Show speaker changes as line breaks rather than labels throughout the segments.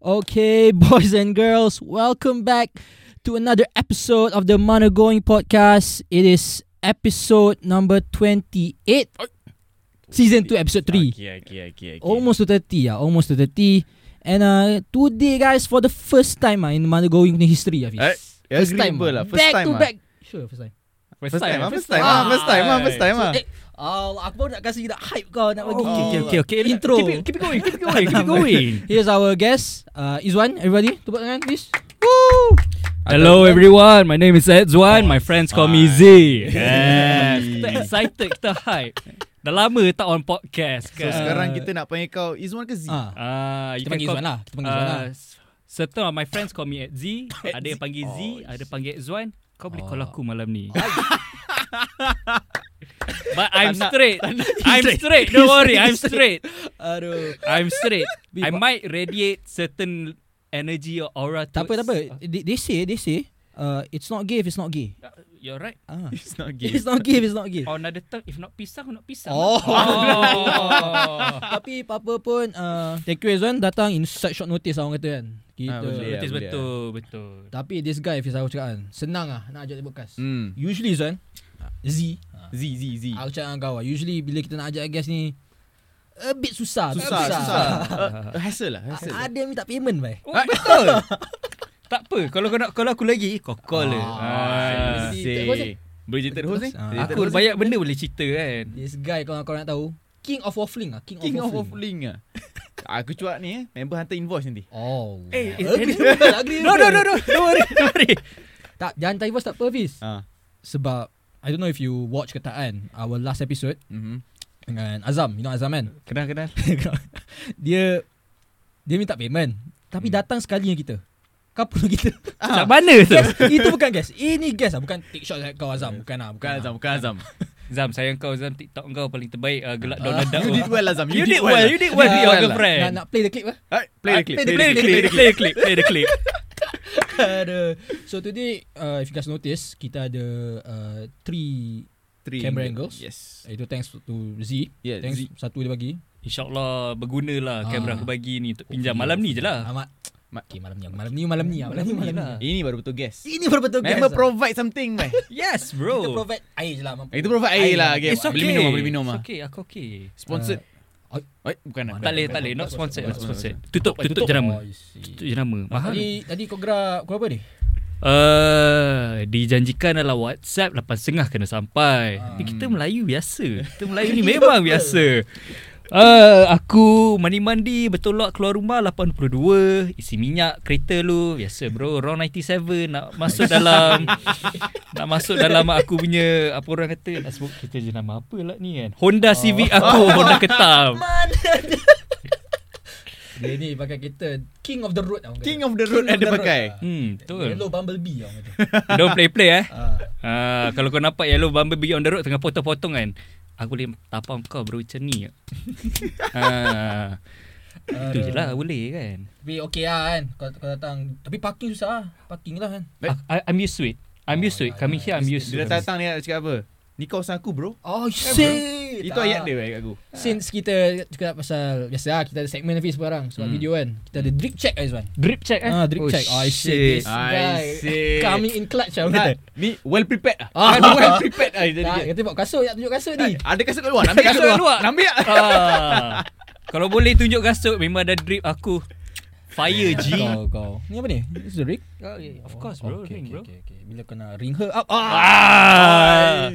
Okay, boys and girls, welcome back to another episode of the Mana Going Podcast. It is episode number 28, season 2, episode 3.
Okay, okay, okay, okay.
Almost to 30, ah, almost to 30. And uh, today, guys, for the first time ah, in Mana Going punya history, Hafiz.
Eh,
first time.
agreeable
ah.
lah, first
back
time
to
ah.
back. Sure, first time.
First time, ah, first time,
time.
ah, first time, ah, first time, ah. Oh.
eh, Allah, aku baru nak kasi nak hype kau, nak bagi
Okay, okay, okay, okay.
intro.
Keep it, keep it going, keep it going, keep it going.
Here's our guest, uh, Izwan. Everybody, tepuk tangan, please.
Hello everyone, my name is Edzwan. My friends call me Z.
Yes.
Yes. kita excited, kita hype. Dah lama tak on podcast
So
eh,
kan.
sekarang
uh,
kita nak panggil kau Izwan ke Z?
Ah.
Ah,
Kita
you can
panggil
call-
Izwan lah. Kita panggil Izwan lah.
Ah, s- Certain of my friends call me at Z. ada yang panggil Z, ada panggil Edzwan. Kau boleh call
Oh.
aku malam ni. But I'm
Tak nak-
straight. I'm straight. Don't worry, I'm straight.
Aduh.
I'm straight.
Be-
I might radiate certain energy or aura.
Tak apa, tak
towards-
apa.
Ah.
They, they say, they say, uh, it's not gay if it's not gay.
Ah, You're right.
Ah.
It's not gay. Oh.
It's not gay if it's not gay.
Or another term, if not pisang, not pisang.
Oh.
oh.
Tapi apa-apa pun, uh, thank you Izwan datang in such short notice lah orang kata kan. Kita.
Ah,
Betul,
boleh. boleh,
betul, betul.
Tapi this guy Fiz aku cakap kan, senang ah nak ajak dia podcast.
Hmm.
Usually Izwan, Z,
Z, Z, Z.
aku cakap dengan kau lah. Usually bila kita nak ajak guest ni, a bit susah.
Susah, susah. Uh, hassle lah, hassle.
Ada yang minta payment bhai.
Oh, betul. tak apa, kalau kau nak call aku lagi, kau call lah.
Ah,
Ah,
Z.
Z. Boleh cerita host ni?
Ah.
Cerita
Aku
host ni?
banyak benda boleh cerita kan.
This guy kalau kau nak tahu, king of waffling ah, king,
King of
of waffling.
Waffling ah. Aku cuak ni eh, member hantar invoice nanti.
Oh.
Eh, eh,
agreeable, agreeable.
No, no, no, no. Don't worry, don't worry.
Tak, jangan tak tak apa Fiz.
Ah.
Sebab I don't know if you watch ke tak kan Our last episode
Mhm.
Dengan Azam You know Azam kan
Kenal kenal.
Dia Dia minta payment Tapi
Hmm.
datang sekali dengan kita Couple kita
Macam mana tu?
Guess Itu bukan guess Ini guess lah Bukan take shot at kau Azam Bukan lah
Bukan
Bukan,
Azam, bukan Azam.
Zam, sayang kau Zam TikTok kau paling terbaik uh, gelak
Ah,
Donald Duck.
You did well Azam.
You did well. You did well with your
well lah.
girlfriend.
Nak, nak play the clip lah
Ah, Play the
Ah,
clip.
Play the clip. Play the clip. Play the clip.
Ada. So today uh, If you guys notice Kita ada uh, Three
Three
Camera angles.
Yes.
Itu thanks to Z
Yeah,
Thanks
Z.
Satu dia bagi
InsyaAllah berguna
Ah.
lah kamera aku bagi ni untuk pinjam malam ni je lah.
Amat Okay malam ni Malam ni malam ni ah, Malam ni malam ni
lah.
Ini baru betul guess.
Ini baru betul guess
Member
ah.
provide something meh.
Yes,
Kita
bro.
provide air je lah mampu.
Itu provide air lah. Okay.
It's okay.
Boleh minum, ah, boleh minum. ah.
It's okay, aku okay.
Sponsored.
Uh,
Eh, bukan lah.
Tak boleh, tak boleh. Not sponsored, not sponsored. Tutup, tutup jenama. Tutup jenama.
Oh,
Mahal.
Tadi tadi kau gerak kau apa ni?
Uh, dijanjikan dalam WhatsApp 8.30 kena sampai. Tapi kita Melayu biasa. Kita Melayu ni memang biasa. Uh, aku mandi-mandi bertolak keluar rumah 82 Isi minyak kereta lu Biasa bro Round 97 Nak masuk dalam Nak masuk dalam aku punya Apa orang kata Nak sebut kereta je nama apa lah ni kan Honda Civic aku Honda ketam
Dia ni pakai kereta King of the Road tau.
King of the road ada pakai.
Hmm betul
Ah. Yellow Bumblebee tau.
Don't play-play eh
Ah.
Ah, kalau kau nampak yellow bumblebee on the road tengah potong-potong kan. Aku boleh tapau kau bro macam ni. ah. Itu je lah boleh kan.
Tapi okey lah kan. Kau, kau datang tapi parking susah lah. Parking lah kan.
Baik.
Ah, I, I'm used to it. I'm used to it. Coming here I'm used to
Dia
it.
datang dia nak cakap apa? Ni kawasan aku bro.
Oh shit.
Itu ayat dia ayat aku.
Since kita cakap pasal biasa lah kita ada segmen Hafiz sekarang sebab
Hmm.
video kan. Kita ada drip check Aizwan.
Drip check eh.
Ah drip check. Oh shit. This
I
guy
see.
Coming in clutch lah.
Nah,
orang kata.
ni well prepared lah.
Ah.
Kan well prepared lah. Jadi
Tak, kita bawa kasut, nak tunjuk kasut ni.
ada kasut kat luar. Nak ambil
Kasut
kasut
kat luar.
luar. Nak ambil.
Ah. Kalau boleh tunjuk kasut memang ada drip aku. Fire G.
Kau,
Ah,
kau. Ni apa ni? This is the ring?
Of course bro,
okay,
ring
okay,
bro.
Okay, okay. Bila kau nak ring her up. Ah.
Ah.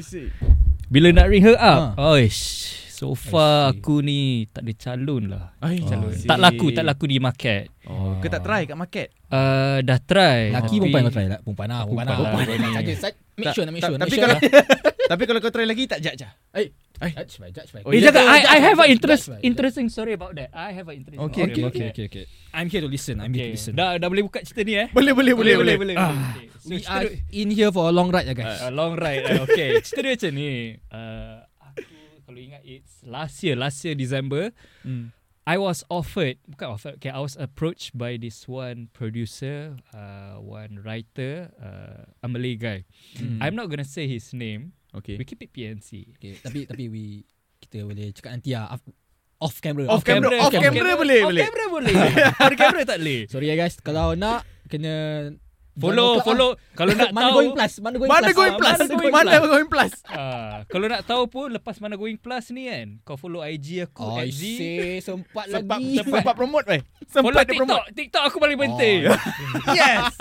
I see.
Bila nak ring her
Ah.
up. Oish. So
I
far
see.
aku ni tak ada calon lah.
Ai,
calon.
I see.
Tak laku, tak laku di market.
Oh, Ah, ke tak try kat market?
Uh, dah try.
Laki
tapi-
perempuan kau try lah. Perempuan lah. Perempuan lah.
Perempuan.
Perempuan lah. Saja, saja. Make
Tak-
sure nak make
tak-
sure. Make
tapi
sure
kalau-
lah.
Tapi kalau kau try lagi tak judge lah.
Eh.
Eh.
Judge by, judge by.
Oh,
Eh,
yeah.
jangan. I, I have an
Judge
interest,
by, judge by.
interesting story about that. I have an interesting
Okay,
story.
okay,
okay. I'm here to listen. I'm here to listen.
Dah, dah boleh buka cerita ni eh?
Boleh, boleh, boleh, boleh.
boleh.
Ah,
Okay. So,
We
cerita
are
dia-
in here for a long ride ya guys.
A long ride. eh, okay. Cerita dia macam ni. Uh, aku kalau ingat it's last year, last year December.
Hmm.
I was offered, bukan offered, okay, I was approached by this one producer, uh, one writer, uh, a Malay guy.
Hmm.
I'm not going to say his name.
Okay.
We keep it PNC.
Okay, tapi tapi we kita boleh cakap nanti lah af- off camera.
Off camera, off camera boleh,
Off
boleh.
camera boleh. On camera tak boleh.
Sorry ya guys, kalau nak kena join
Follow,
Club
follow. Kalau
lah.
nak
mana
tahu
going plus, mana going
Mana
plus.
going
ah,
plus?
mana going
Mana
plus?
going plus?
Ah, kalau nak tahu pun lepas mana going plus ni kan, kau follow IG aku
Oh,
at Z.
say sempat
Sempat
lagi.
sempat promote weh.
Follow
Sempat dia
TikTok.
promote.
TikTok aku paling penting. yes.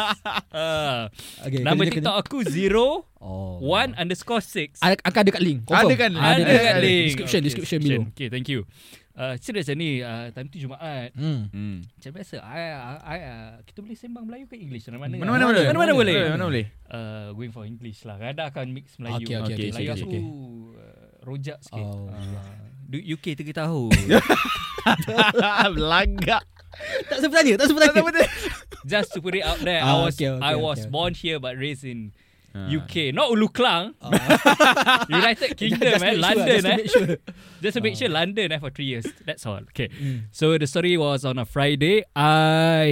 Ah,
Okay,
nama
kena-
TikTok aku zero
kena- Oh.
one underscore six.
Ada akan ada kat link. Confirm.
Ada kan link.
Ada
Ada
dekat
kat link.
Description,
Okay,
description below.
Okay, thank you. Uh, serius lah ni, uh, time tu Jumaat.
Hmm.
Hmm.
Macam biasa, I, I, I, uh, kita boleh sembang Melayu ke English? Mana-mana
Mana mana
Mana-
boleh.
Mana mana boleh.
Mana boleh.
Uh, going for English lah. Kadang akan mix Melayu.
Okay, okay,
okay,
Melayu
okay,
aku
okay.
uh, rojak sikit.
Oh.
Uh, UK tiga tahun.
Belagak.
Tak sempat tanya, tak sempat
Tak
tanya.
tahu betul.
Just to put it out there, I
Ah,
was
okay, okay,
I
okay,
was
okay.
born here but raised in
Ah.
UK, not Ulu Klang,
Ah,
United Kingdom,
Just
eh,
make sure, just
London,
to
eh.
make sure.
Just to make sure London eh, for three years. That's all. Okay.
Hmm.
So the story was on a Friday. I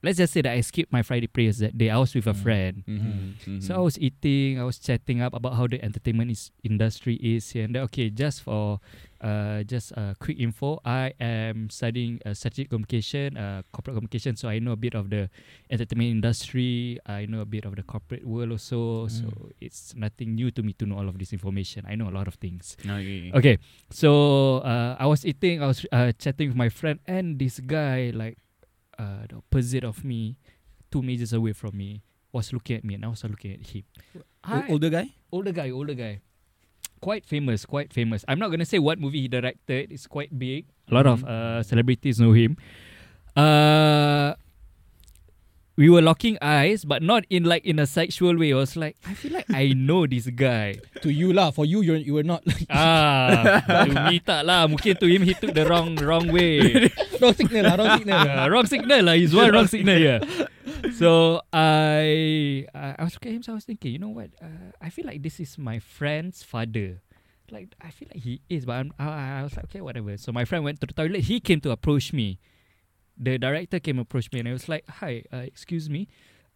let's just say that I skipped my Friday prayers that day. I was with a friend. Mhm.
Hmm, Mm-hmm.
So oh, I was eating, I was chatting up about how the entertainment is industry is here and there. Okay, just for uh, just uh, quick info, I am studying uh, strategic communication, uh, corporate communication. So I know a bit of the entertainment industry. I know a bit of the corporate world also. So it's nothing new to me to know all of this information. I know a lot of things.
Mm.
Okay, so uh, I was eating, I was uh, chatting with my friend, and this guy, like uh, the opposite of me, two meters away from me, was looking at me, and I was looking at him.
O-
I,
Older guy?
older guy, older guy, quite famous, quite famous. I'm not gonna say what movie he directed. It's quite big. A lot of uh, celebrities know him. Uh, we were locking eyes, but not in like in a sexual way. I was like, I feel like I know this guy.
To you lah. For you, you're, you were not like,
Ah, to me tak lah. Mungkin to him he took the wrong wrong way.
wrong signal lah, wrong signal.
Uh, wrong signal lah. He's one wrong signal yeah. So I I I was looking at him. So I was thinking, you know what? Uh, I feel like this is my friend's father. Like I feel like he is, but I'm, I, I was like, okay, whatever. So my friend went to the toilet. He came to approach me. The director came approach me and I was like, hi, uh, excuse me.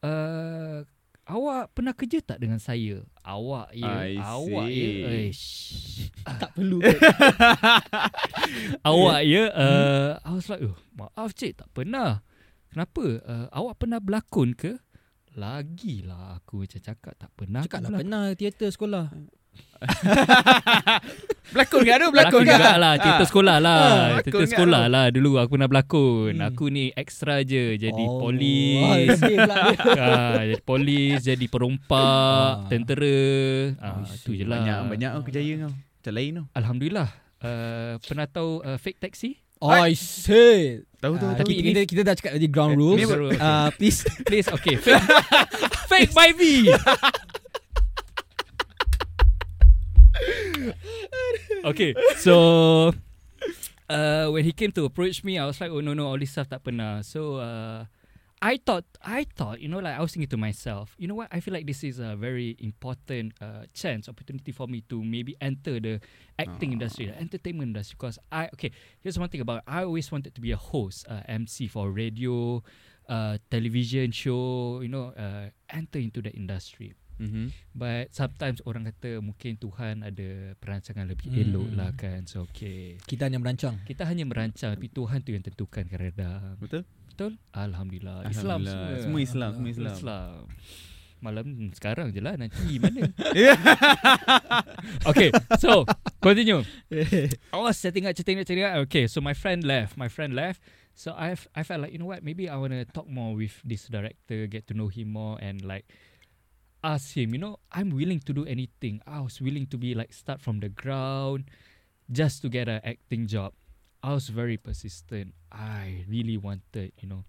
Uh, awak pernah kerja tak dengan saya? Awak ya,
I
awak ya.
see.
Eish.
tak perlu.
Awak ya uh, I was like oh, Maaf cik tak pernah Kenapa uh, Awak pernah berlakon ke Lagilah aku macam cakap Tak pernah
Cakap
aku
lah
berlakon.
pernah teater sekolah.
Berlakon ke tu?
Berlakon
Berlakon ke?
juga lah Teater sekolah lah
Ah,
Teater
berlakon juga
sekolah lah Dulu aku nak berlakon
Hmm.
Aku ni extra je Jadi
Oh, wah,
polis
sedih pula dia.
ah, Jadi polis Jadi
Ah.
perompak Tentera ah,
I
Itu
see.
je lah
Banyak banyak oh, kejayaan kau. Macam lain tu.
Alhamdulillah uh, Pernah tahu uh, fake taxi
I see.
Tahu
Ah,
tahu tahu.
Tapi kita, kita dah cakap tadi ground rules.
Ni-
Uh, please.
Please okay Fake, fake by V Okay So uh, When he came to approach me I was like Oh no no All this stuff tak pernah So uh, I thought I thought You know like I was thinking to myself You know what I feel like this is a very important uh, Chance Opportunity for me to Maybe enter the Acting industry The entertainment industry Because I Okay Here's one thing about it. I always wanted to be a host uh, MC for radio uh, Television show You know uh, Enter into the industry
Mhm.
But sometimes orang kata mungkin Tuhan ada perancangan lebih
Hmm.
hmm. elok lah kan. So okay.
Kita hanya merancang.
Kita hanya merancang tapi Tuhan tu yang tentukan kadang-kadang.
Betul?
Betul? Alhamdulillah. Islam
Alhamdulillah.
semua.
Semua Islam, semua Islam.
Islam. Islam. Malam hmm, sekarang je lah nanti mana. okay, so continue. I was setting up, setting up, setting up. Okay, so my friend left. My friend left. So I f- I felt like you know what? Maybe I wanna talk more with this director, get to know him more, and like ask him. You know, I'm willing to do anything. I was willing to be like start from the ground, just to get an acting job. I was very persistent. I really wanted, you know.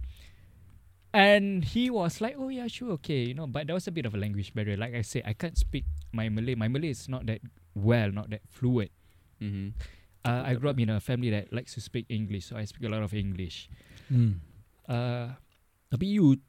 And he was like, "Oh yeah, sure, okay, you know." But there was a bit of a language barrier. Like I said, I can't speak my Malay. My Malay is not that well, not that fluent.
Mhm.
Uh, I grew up in a family that likes to speak English, so I speak a lot of English.
Hmm.
Uh,
Tapi you,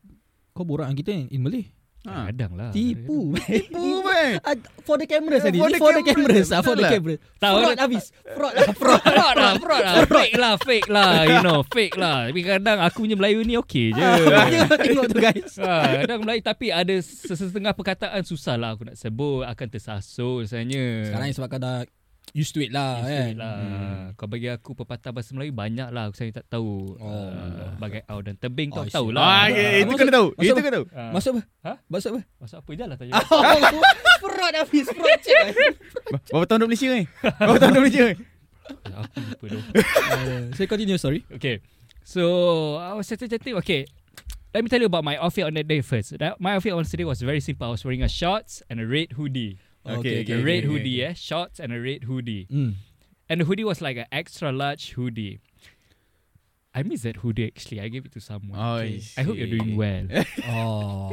kau borak dengan kita in Malay.
Ha.
Kadang lah.
Ah. Tipu.
Tipu weh.
Ah, for the cameras
Eh,
tadi. Ni
for the
For the
cameras,
cameras. ah, For
betul
the
lah.
cameras.
Tak,
Fraud
orang-
habis. Fraud lah. Fraud.
Fraud lah, fraud lah. Fake lah, fake lah. You know, fake lah. Tapi kadang aku punya Melayu ni okey
Ah.
je.
Yeah. Tengok tu guys.
Ha, kadang Melayu tapi ada sesetengah perkataan susah lah aku nak sebut. Akan tersasul sebenarnya.
Sekarang ni sebab kau dah used to it lah
Used to
kan.
it lah.
Hmm.
Kau bagi aku pepatah bahasa Melayu banyak lah aku saya tak tahu.
Oh.
Uh, bagai au dan tebing
Oh,
kau
I see.
tahu
Ah,
lah.
ya, itu kena tahu. Itu kena tahu.
Uh,
Maksud apa?
Ha?
Maksud apa?
Masuk apa je lah tanya.
Ah. Fraud Hafiz, fraud check.
Berapa tahun duduk Malaysia ni? Berapa tahun duduk Malaysia ni?
aku lupa Ya, tu.
Saya Eh, continue, sorry.
Okay. So I was chatting, chatting. Okay. Let me tell you about my outfit on that day first. That, my outfit on today was very simple. I was wearing a shorts and a red hoodie. a
Okay, okay,
red
okay,
hoodie, eh?
okay.
Shorts and a red hoodie.
Mm.
And the hoodie was like an extra large hoodie. I miss that hoodie actually. I gave it to someone.
Oh, I
I hope you're doing
see.
well.
Oh.
Oh,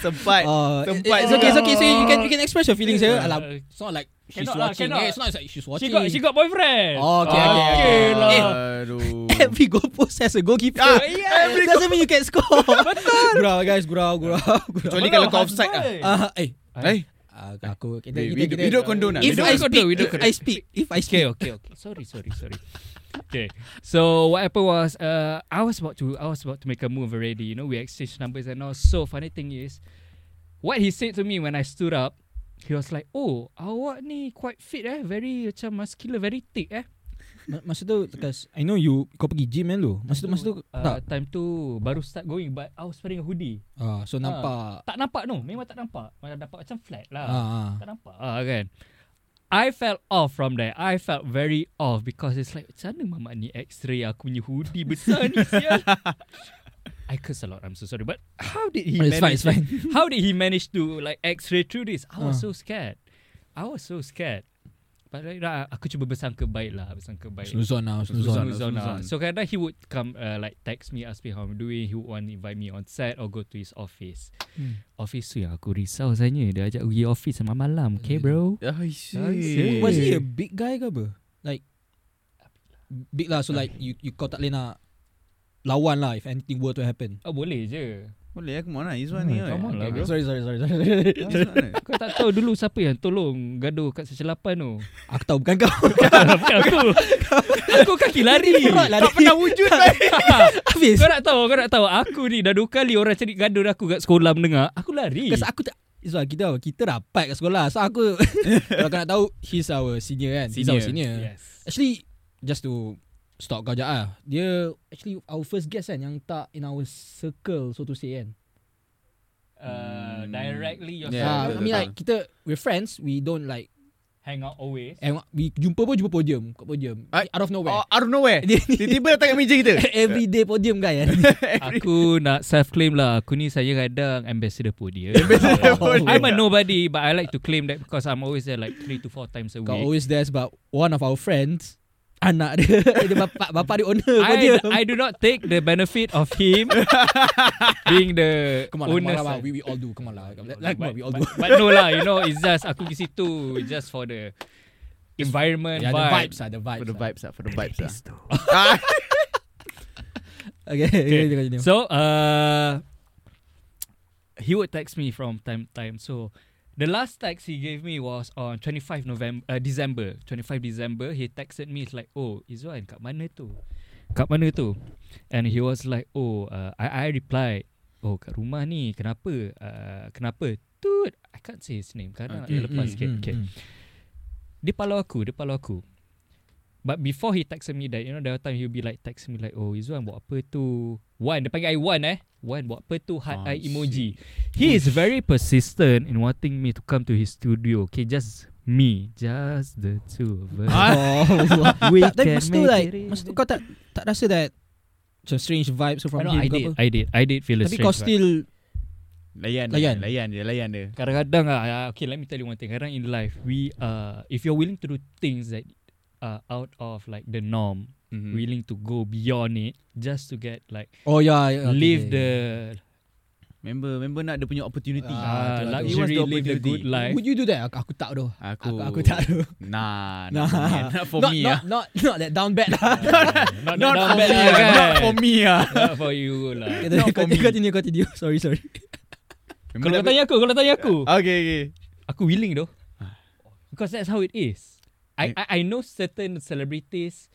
Sempat.
Uh, it,
Tempat
it's okay,
tu.
it's okay. So you can you can express your feelings here.
Uh,
Alah, it's not like she's
cannot lah,
watching.
cannot.
eh. It's not like she's watching.
she got she got boyfriend.
Oh, okay, okay, okay.
Okay lah.
Eh,
Aduh.
Every goalpost has a
Oh,
goalkeeper.
Ah,
yeah. Doesn't mean you can score. Betul. Gurau guys, gurau, gurau, gurau.
Kecuali kalau kau offside lah.
Ah, eh,
Eh,
ah, aku kita
we-
kita
we-
kita.
we don't condone lah.
If
We don't
I
condone,
speak,
we don't
if I speak, if I
Okay,
speak.
okay, okay. Sorry, sorry, sorry. okay. So what happened was uh I was about to I was about to make a move already. You know, we exchanged numbers and all. So funny thing is, what he said to me when I stood up, he was like, Oh, awak ni quite fit eh, very macam muscular, very thick eh.
Ma- Masa tu, because I know you kau pergi gym kan lu. Masa tu masa tu
uh,
tak.
time tu baru start going but I was wearing a hoodie.
Ah, so nampak.
Tak nampak no, memang tak nampak. Macam nampak macam flat lah.
Ah,
Tak nampak ah, kan I felt off from there I felt very off Because it's like Macam mana mamak ni X-ray aku punya hoodie Besar ni sial I curse a lot I'm so sorry But how did he
ah. It's fine, it's
manage
fine.
How did he manage to Like X-ray through this I was
Ah.
so scared I was so scared But like, nah, aku cuba bersangka baik lah Bersangka baik
Snuzon lah,
Snuzon.
snuzon.
Luzon, ah.
Luzon.
So kadang he would come uh, Like text me Ask me how I'm doing He would want to invite me on set Or go to his office
Hmm.
Office tu yang aku risau sebenarnya Dia ajak pergi office malam-malam Okay bro
I
see.
Was he a big guy ke apa? Like big lah so like you you kau tak boleh nak lawan lah if anything were to happen.
Oh boleh je
Boleh, come on lah. Izwan ni.
Hmm,
oi.
come on lah,
Okay,
bro.
Sorry, sorry, sorry, sorry.
Izwan ni.
Kau tak tahu dulu siapa yang tolong gaduh kat secelapan tu
aku tahu bukan kau.
Bukan aku Aku kaki lari
Kau lari.
Tak pernah wujud
eh.
lah.
Habis.
Kau nak tahu Kau nak tahu Aku ni dah dua kali orang cari gaduh aku kat sekolah mendengar Aku lari
Because aku tak Izwan kita apa? Kita rapat kat sekolah So aku Kalau kau nak tahu He's our senior kan He's our
Senior.
senior
Yes
Actually Just to Stalk kau je lah Dia Actually our first guest kan Yang tak in our circle So to say kan
uh,
Hmm.
Directly yourself
Yeah,
Ah,
betul,
I mean
betul.
like Kita We're friends We don't like
Hang out always
and We jumpa pun jumpa podium Kat podium
Ah,
Out of
Oh,
nowhere
out of nowhere.
Dia ni
Tiba-tiba datang kat meja kita.
Everyday podium guy kan
Aku nak self claim lah Aku ni saya kadang Ambassador podium
podium.
I'm a nobody But I like to claim that Because I'm always there Like 3 to 4 times a
Kau
week
always there But one of our friends Anak dia Dia bapak Bapak dia owner
I,
podium lah,
I do not take the benefit of him being the
Come on, lah, come
owner.
on, lah, we, we all do. Come on lah, like,
but,
we all do.
but, but no lah, you know, it's just aku pergi situ just for the environment
Yeah, the
vibe.
vibes are the vibes.
For the
ah.
vibes lah. For the vibes lah.
Okay, okay. okay continue.
So uh, he would text me from time to time. So the last text he gave me was on 25 November, uh, December. 25 December, he texted me. It's like, oh, Izwan, kat mana tu? Kat mana tu? And he was like, oh, uh, I, I replied, oh, kat rumah ni. Kenapa? Uh, kenapa? Dude, I can't say his name. Kadang okay.
Okay.
nak
Mm,
lepas sikit. okay. Dia palau aku Dia palau aku But before he texted me that You know there were time He'll be like Text me like Oh Izzuan buat apa tu Wan Dia panggil I Wan eh Wan buat apa tu Heart
I
eye emoji He is very persistent In wanting me to come to his studio Okay just Me Just the two of us
Oh,
We
tak, tapi
can
masa tu
make
like,
it.
masa tu kau tak tak rasa that macam strange vibe so
I,
from
know,
him
I
ke
did
apa?
I did I did feel a
Tapi kau
strange vibe.
still
Layan.
Layan.
Layan. Layan dia. Layan dia.
Kadang-kadang ah, ah, Okay let me tell you one thing Kadang in life We uh, If you're willing to do things That are out of like the norm
Mhm.
Willing to go beyond it Just to get like
Oh yeah, yeah okay,
Live
yeah, yeah.
the
Member member nak dia punya opportunity.
Ah,
Ah,
tu lah tu.
luxury
He wants the
live the
opportunity.
good life. Oh.
Would you do that? Aku, aku tak doh.
Aku
Aku aku tak doh.
Nah,
Nah.
not for me. Not for
not,
me
not,
ah.
not not that down bad lah.
not,
Not
down
for
bad
me
eh.
lah,
ah.
kan?
Not for me ah.
Not for you lah.
Okay,
Not for
continue,
me.
continue, continue. Sorry, sorry.
Kalau kau tanya aku, kalau tanya aku,
Okay, okay.
aku willing though. Because that's how it is. I I, I know certain celebrities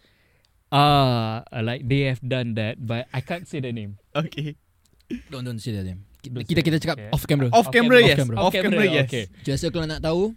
uh like they have done that but I can't say the name.
Okay.
Don't don't say that name.
Don't
Kita kita cakap
Okay.
off camera.
Off
Off
camera,
camera,
yes.
off camera.
Off camera, yes.
Okay.
Just so kalau nak tahu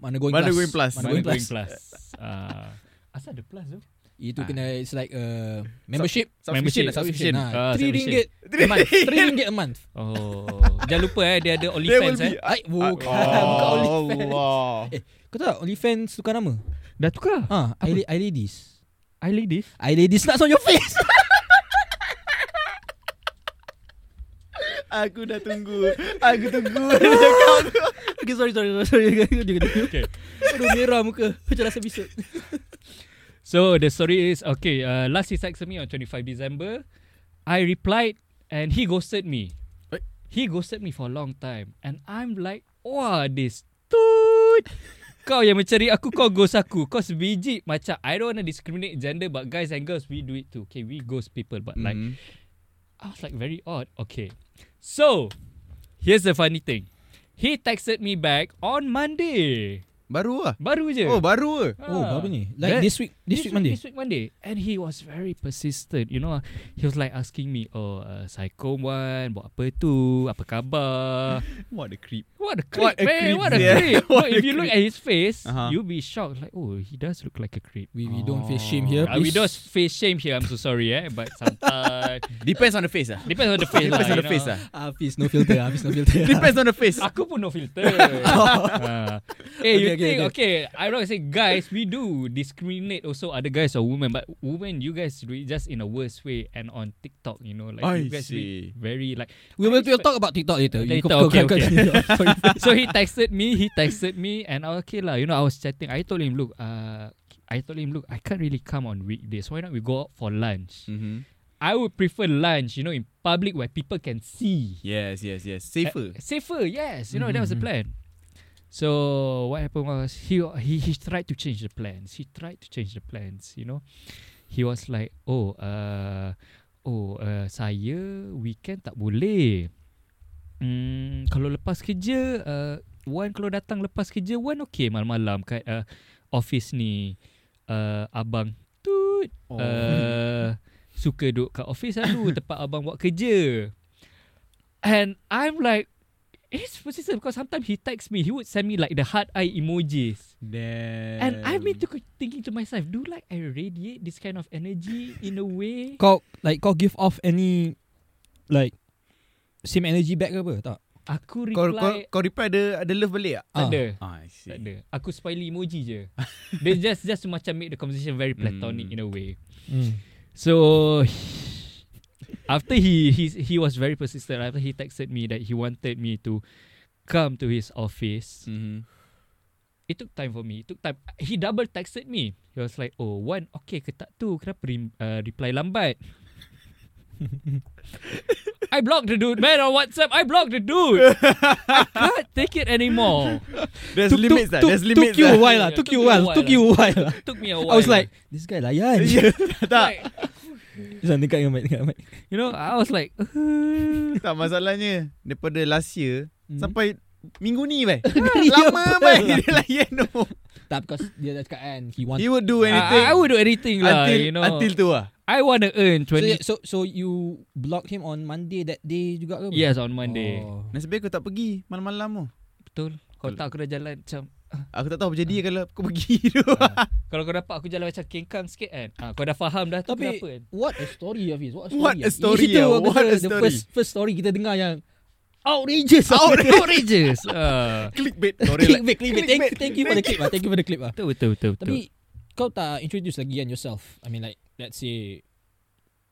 Mana going
Mana
plus.
going plus.
Mana
Mana
going plus.
Going plus. Ah, asal ada plus tu?
Itu
Ah.
kena it's like uh, membership.
Membership,
Subscription lah Subscription
subscription.
Ah,
Ah,
3
subscription.
ringgit a month. 3 ringgit a month.
Oh, jangan lupa eh dia ada
There will
OnlyFans eh.
be
Ai, bukan. Bukan
Oh
OnlyFans.
Allah
Kau tahu tak OnlyFans tukar nama?
Dah tukar.
Ha, I, I ladies.
I ladies.
I ladies nuts on your face.
Aku dah tunggu Aku tunggu Dia cakap tu.
okay, sorry, sorry, sorry. sorry. Dia kena okay. Aduh, merah muka. Macam rasa bisut.
So the story is okay. Uh, last he texted me on 25 December. I replied and he ghosted me.
Eh?
He ghosted me for a long time and I'm like, wah this dude. Kau yang mencari aku Kau ghost aku Kau sebiji Macam I don't wanna discriminate gender But guys and girls We do it too Okay we ghost people But like
Mm-hmm.
Mm.
I was like very odd. Okay. So, here's the funny thing. He texted me back on Monday.
Baru lah
Baru je.
Oh baru lah
Ah.
Oh, baru ni. Like
That-
this week, this week Monday.
This week Monday. And he was very persistent. You know, he was like asking me, oh, uh, Psycho One, buat apa tu? Apa khabar?
What the creep
What a creep,
What a
man.
creep,
what a
yeah.
creep.
What
Look,
a
if you look at his face,
Uh-huh.
you'll be shocked. Like, oh, he does look like a creep.
We, we don't feel shame
Oh.
here.
Uh, we
please.
don't face shame here. I'm so sorry, eh. But sometimes
Depends on the face lah
depends on the face,
Depends
lah, Ah.
on
you
the
know.
face ah. lah
Hafiz, Ah, no filter. Hafiz, no filter.
Depends on the face
Aku pun no filter. ha. Eh, you
Okay, okay,
think okay. I don't say guys, we do discriminate also other guys or women, but women you guys do it just in a worse way and on TikTok, you know, like
I
you guys do it
see.
very like.
we will talk about TikTok later. You
Later,
go-
okay,
go- go-
okay.
Sorry.
so he texted me, he texted me, and I okay lah. You know, I was chatting. I told him, look, uh, I told him, look, I can't really come on weekdays. Why not we go out for lunch?
Mhm.
I would prefer lunch, you know, in public where people can see.
Yes yes yes
Uh,
Safer
safer, yes. You know, that was the
Mhm,
plan. So what happened was he he he tried to change the plans. He tried to change the plans, you know. He was like, "Oh, uh oh, uh, saya weekend tak boleh. Hmm, kalau lepas kerja, uh, Wan kalau datang lepas kerja, Wan okey malam-malam kat uh, office ni. Uh, abang tut
Oh.
uh, suka duduk kat office selalu tempat abang buat kerja. And I'm like, eh, it's persistent because sometimes he texts me, he would send me like the heart eye emojis.
Damn
And I've been to- thinking to myself, do like I radiate this kind of energy in a way?
kau like kau give off any like same energy back ke apa tak?
Aku reply,
Kau, kau, kau reply ada, ada love balik tak?
tak ada.
Ah, I see
Tak ada. Aku smiley emoji je. They just just to macam make the conversation very platonic
Mm.
in a way.
Hmm.
So after he he he was very persistent. After he texted me that he wanted me to come to his office.
Mhm.
It took time for me. It took time. He double texted me. He was like, "Oh, one okay ke tak tu? Kenapa re- uh, reply lambat?" I blocked the dude, man. On WhatsApp, I blocked the dude. I can't take it anymore.
There's limits lah There's
Took
limits
you
lah
a while lah. Took you a while. Took you a while lah.
Took me
I
a while.
was like, this guy layan. je.
Ya, Tak
Like,
Jangan dekat dengan mic, dekat dengan mic.
you know, I was like, "Uh."
Tak masalahnya Daripada last year
Hmm.
Sampai Minggu ni bai
Dia
Ah, Lama
apa
bai
lah.
Dia layan no
Tak, because dia dah cakap kan, he want.
He would do anything
I, I would do anything lah,
Until
you know.
Until tu lah
I want to earn
So,
20
so, so you block him on Monday that day juga ke? apa?
years on Monday.
Oh.
Nasib baik aku tak pergi Malam-malam tu
Betul. Kalau tak aku dah jalan macam
Aku tak tahu apa jadi kalau aku pergi tu
ah, Kalau kau dapat aku jalan macam kengkang sikit kan. Ah, kau dah faham dah tu
Tapi
kenapa kan.
What a story Hafiz What a story,
What a story,
Itu
ah.
aku
What
rasa
a
The
story.
first, first story kita dengar yang Outrageous
Outrageous.
Outrageous. ah.
Clickbait Sorry lah
Clickbait, clickbait. Thank, you- thank you for the clip ah. Thank you for the clip ah.
Betul betul betul. betul.
Tapi kau tak introduce lagi kan yourself I mean like Let's say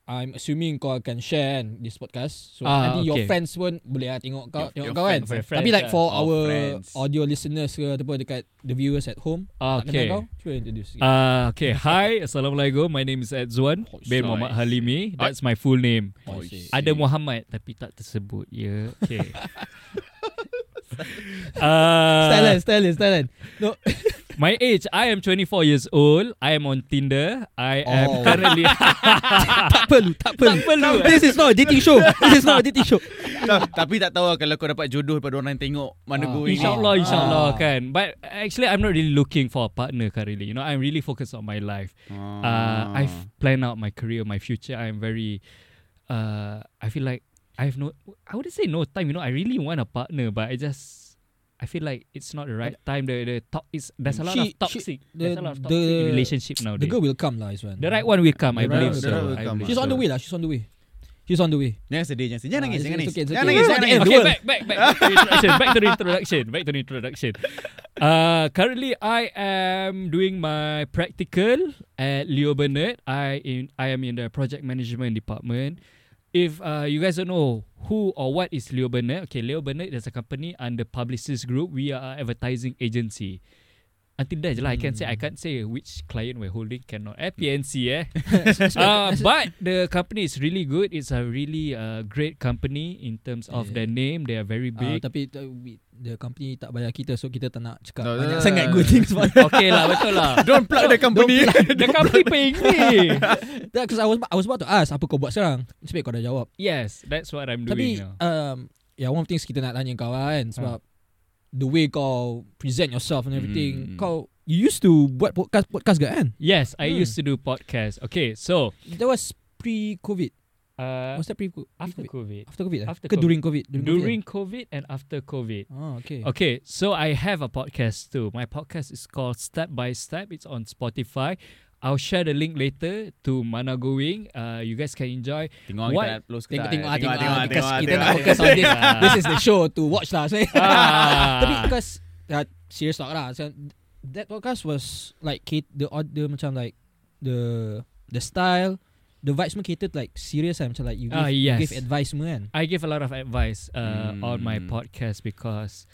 I'm assuming kau akan share kan this podcast So
Ah,
nanti your
okay.
friends pun boleh lah tengok kau
Your-
tengok
your
kau kan
friends,
your
Tapi
friends
like
lah.
for
Our
our
friends.
audio listeners ke ataupun dekat the viewers at home
Ah,
Tak kenal
okay.
kau Cuba introduce sikit
Ah, okay. Hi, assalamualaikum. My name is Edzwan bin Muhammad Halimi. That's my full name.
Oh, I see.
Ada Muhammad tapi tak tersebut ya. Okay. Ah,
Style kan, style kan, style kan No
My age, I am 24 years old. I am on Tinder. I am
Oh.
currently
Tak perlu, tak perlu
Tak perlu, eh.
This is not a dating show This is not a dating show
Ta- Tapi tak tahu lah kalau kau dapat jodoh Daripada orang yang tengok
Ah,
Mana go ini
InsyaAllah,
Ah.
insyaAllah kan. But actually, I'm not really looking for a partner currently. You know, I'm really focused on my life.
Ah.
Ah.
Uh, I've planned out my career, my future. I'm very, uh, I feel like I have no, I wouldn't say no time. You know, I really want a partner, but I just I feel like it's not the right time. The the talk is there's a lot
She-
of toxic.
she-
there's
the-
a lot of toxic
the-
relationship
The
nowadays.
girl will come lah, Iswan.
The right one will
The
come, I
right
believe
one-
so.
the right
will
I
come.
believe
She's on
so.
the way lah. She's on the way. She's on the way.
Jangan sedih, jangan sedih. Jangan
Ah,
nangis,
it's-
jangan
it's
nangis.
okay, it's
Jangan
okay.
nangis,
It's
jangan
okay.
nangis.
the
okay,
world.
back, back, back, back to the introduction. Back to the introduction. Back to the introduction. Uh, currently, I am doing my practical at Leo Burnett. I in I am in the project management department. If uh, you guys don't know who or what is Leo Burnett, okay, Leo Burnett is a company under Publicis Group. We are an advertising agency. Until that je lah, I can say I can't say which client we're holding cannot. Eh, PNC eh. uh, but the company is really good. It's a really uh, great company in terms of
Yeah.
their name. They are very
Ah,
big.
tapi uh, we, the company tak bayar kita so kita tak nak cakap
No, no,
banyak
no,
sangat
no,
good
no.
things about
okay lah, betul lah.
Don't plug the company.
the company paying me.
that because I was I was about to ask apa kau buat sekarang sebab kau dah jawab
yes, that's what I'm
Tapi
doing now.
um, Yeah one of things Kita nak tanya kau lah kan Sebab
Ah.
The way kau Present yourself and everything
Hmm.
Kau You used to Buat podcast Podcast ke kan
Yes, I
Hmm.
used to do podcast. Okay, so
That was pre-COVID
uh,
Was that pre-COVID
after COVID,
After COVID eh?
After
Ke
COVID.
during COVID During,
during COVID and after COVID.
COVID, eh? Oh okay
Okay, so I have a podcast too. My podcast is called Step by Step. It's on Spotify. I'll share the link later to Mana Going. Uh, you guys can enjoy.
Tengok
What?
kita nak close ke
Tengok
tak.
tengok ah, tengok ah, Because
tengok,
kita nak
tengok.
focus on this
Ah.
This is the show to watch lah so-
Ah.
Tapi because uh, Serious talk lah so, That podcast was Like cat- The order macam like The The style The vibes semua catered like Serious lah Macam like you give,
Ah, yes.
give advice semua kan
I give a lot of advice uh,
Hmm.
on my podcast because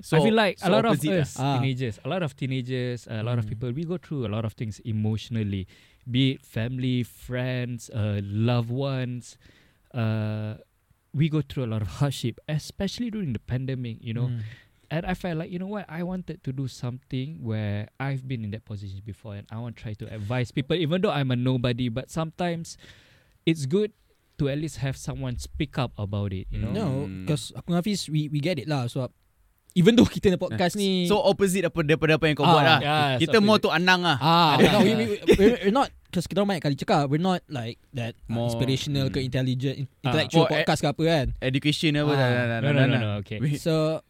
So-
I feel like a
so
lot of
opposite
us
lah. Ah.
teenagers, a lot of teenagers, a lot of
Hmm.
people, we go through a lot of things emotionally, be it family, friends, uh, loved ones. Uh, we go through a lot of hardship, especially during the pandemic. You know,
Hmm.
and I felt like you know what I wanted to do something where I've been in that position before, and I want to try to advise people, even though I'm a nobody. But sometimes it's good to at least have someone speak up about it. You know,
No,
Hmm.
because aku dengan Hafiz we we get it lah so even though kita ni podcast ni
So opposite apa- daripada apa yang kau
Ah,
buat lah.
yeah, so
Kita more
opposite.
to anang lah.
ah
Ada.
no, we, we, we, we're- we're not because kita orang banyak kali cakap we're not like that More,
More-
inspirational ke
hmm. Oh, eh,
intelligent
Ah.
intellectual
More a-
podcast ke apa kan
Education apa.
Ah.
dah, dah, dah,
no,
dah,
no,
dah,
no,
dah.
no. Okay.
We-
so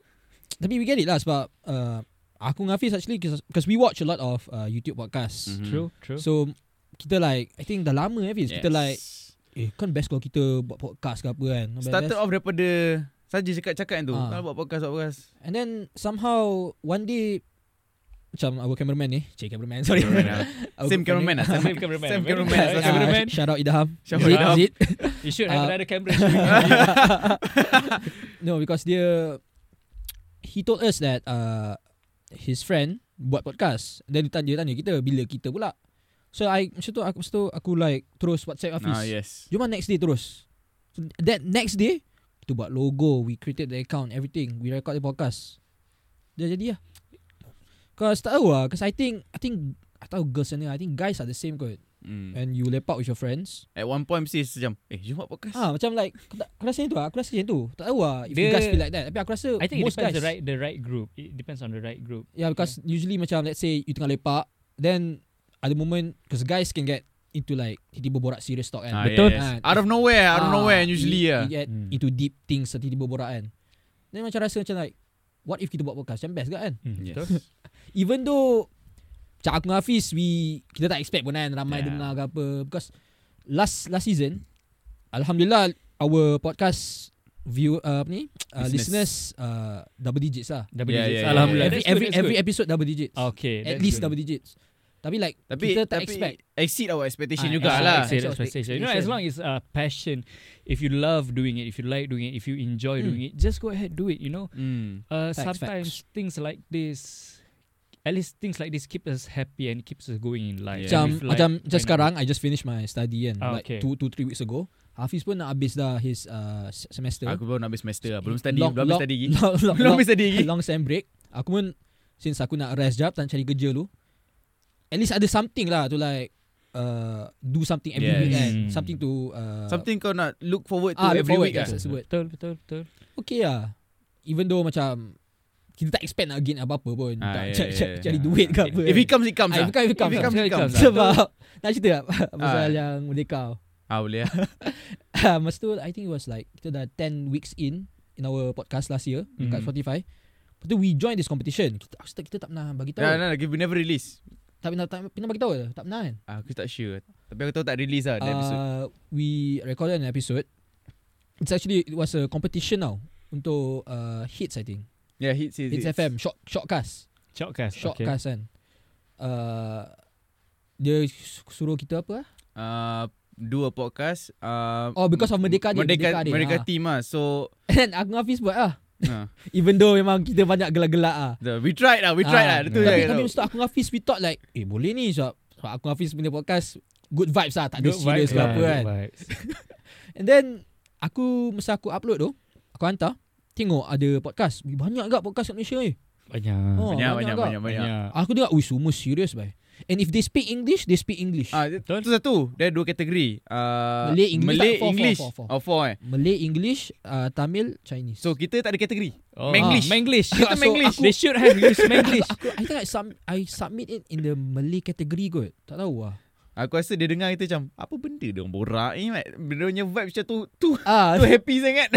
tapi we get it lah sebab uh, aku dengan Hafiz actually because we watch a lot of uh, YouTube podcast
Mhm.
True, true.
so kita like I think dah lama Hafiz yes. kita
Yes.
like eh kan best kalau kita buat podcast ke apa kan But
Started
that's-
off daripada saja cakap-cakap tu.
Ah.
Kalau buat podcast, buat podcast.
and then somehow one day macam our cameraman ni Cik cameraman sorry Our
ah. Same cameraman lah.
Same cameraman.
Same
Very
cameraman.
nice.
Same
Ah,
cameraman.
Shout out Idham
Shout
out Idham.
Zid, Zid.
You should have
Uh,
another camera.
No because dia He told us that uh, His friend Buat podcast Then dia tanya, dia tanya kita Bila kita pula So I Macam tu aku, masa tu aku like Terus whatsapp Hafiz
Ah, yes.
Jom lah next day terus so, That next day Kita buat logo We created the account Everything We record the podcast Dah jadi lah Cause tak tahu lah Cause I think I think I tahu girls and I think guys are the same kot
Mm.
And you lepak with your friends
At one point mesti macam Eh jom buat podcast
Ah macam like aku, tak, aku rasa macam tu lah Aku rasa macam tu Tak tahu lah If you
Dia-
guys feel like that Tapi aku rasa
I think it
most
depends
guys
the right the right group. It depends on the right group.
Yeah because yeah. usually macam Let's say you tengah lepak Then Ada moment Because guys can get Into like Tiba-tiba borak serious talk kan
Ah,
Betul.
yes. Out of nowhere Out of
Ah,
nowhere
you,
usually lah
you get
Hmm.
into deep things Tiba-tiba borak kan Then macam rasa macam like What if kita buat podcast Macam best ke kan
Mm, betul?
Yes.
Even though Macam aku dengan Hafiz we, Kita tak expect pun kan Ramai yeah.
Yeah.
dengar ke apa Because Last last season Alhamdulillah Our podcast View uh, apa ni uh, Listeners
Listeners.
uh, Double digits lah
Double
Yeah, Oh,
digits.
yeah, yeah,
Alhamdulillah.
Every
That's good,
every
that's
every
good.
episode double digits
okay.
At
that's
least
good.
double digits Tapi like
Tapi
Kita tak
tapi
expect
Exceed our expectation lah.
Ah,
jugalah
exceed.
Say that's frustration. You know, as long as uh, passion, if you love doing it, if you like doing it, if you enjoy
Mm.
doing it, just go ahead do it. You know,
Mm.
uh,
Facts,
sometimes things like this, at least things like this keep us happy and keeps us going in life.
Yeah.
Macam
And if like-
macam macam
when-
sekarang I just finished my study kan
Ah,
like
okay.
two two three weeks ago. Hafiz pun nak habis dah his uh, se- semester.
Aku baru nak habis semester lah Belum
Long-
study Belum habis
long-
study lagi
Long, long,
Belum
long,
habis study lagi
long sem break. Aku pun since aku nak rest jap tak nak cari kerja dulu. At least ada something lah to like uh, do something every
Yes.
week kan.
Hmm.
Something to uh,
Something kau nak look forward to
Ah, look
every
forward,
week lah
yes. That's the word.
Betul, betul, betul.
okay lah. Even though macam kita tak expect nak gain apa-apa pun.
Ah,
tak
yeah,
cari,
yeah,
cari,
yeah.
cari duit ke apa.
If it comes it comes
Ah, if
lah
it comes, if it comes.
If it comes it comes lah.
Sebab nak cerita tak pasal
Ah.
yang merdeka tu?
Ah boleh lah
Ah,
Hmm.
Masa tu I think it was like Kita dah 10 weeks in In our podcast last year mm. Kat
Mhm.
Spotify Lepas tu we join this competition. Kita aku tak kita tak pernah bagi tahu.
Nah, nah, we never release.
Tak pernah tak pernah bagi tahu ke? Tak pernah kan?
Ah, Aku tak sure. Tapi aku tahu tak release lah the episode.
Uh, we recorded an episode. It's actually it was a competition now untuk uh, hits I think.
Yeah, hits hits.
Hits, FM short shortcast.
Shortcast. Okay.
Shortcast kan. Uh, dia suruh kita apa? ah?
Uh, dua podcast. Uh,
Oh, because of Merdeka Day, Merdeka
Merdeka,
Day,
Merdeka
ah.
team lah. So,
And aku dengan Hafiz buat lah.
ah.
Even though memang kita banyak gelak-gelak ah.
The- we tried lah, we tried lah.
Ah,
Itu
tapi,
je.
tapi ustaz aku dengan Hafiz we thought like eh boleh ni sebab sebab aku dengan Hafiz punya podcast good vibes lah tak ada
Good
serious eh?
vibes
ke
lah,
apa
good
kan.
vibes.
And then aku masa aku upload tu aku hantar tengok ada podcast. Eh, Banyak juga podcast kat Malaysia ni.
Banyak.
Oh,
Banyak,
banyak
banyak,
tak?
banyak, banyak.
Aku dengar Ui semua serious bye. And if they speak English, they speak English.
Ah, itu satu. Dia dua kategori. Uh,
Malay, English,
Malay,
tak, four, four,
English.
four, four.
Oh, four eh.
Malay, English, uh, Tamil, Chinese.
So, kita tak ada kategori.
Oh.
Manglish.
Ah, Manglish.
Kita
So,
Manglish.
aku-
They should have used Manglish.
aku, I think I, sub, I submit it in the Malay category kot. Tak tahu lah.
Aku rasa dia dengar kita macam, apa benda dia orang borak ni, Mat? Dia punya vibe macam tu, tu,
Ah,
tu happy sangat.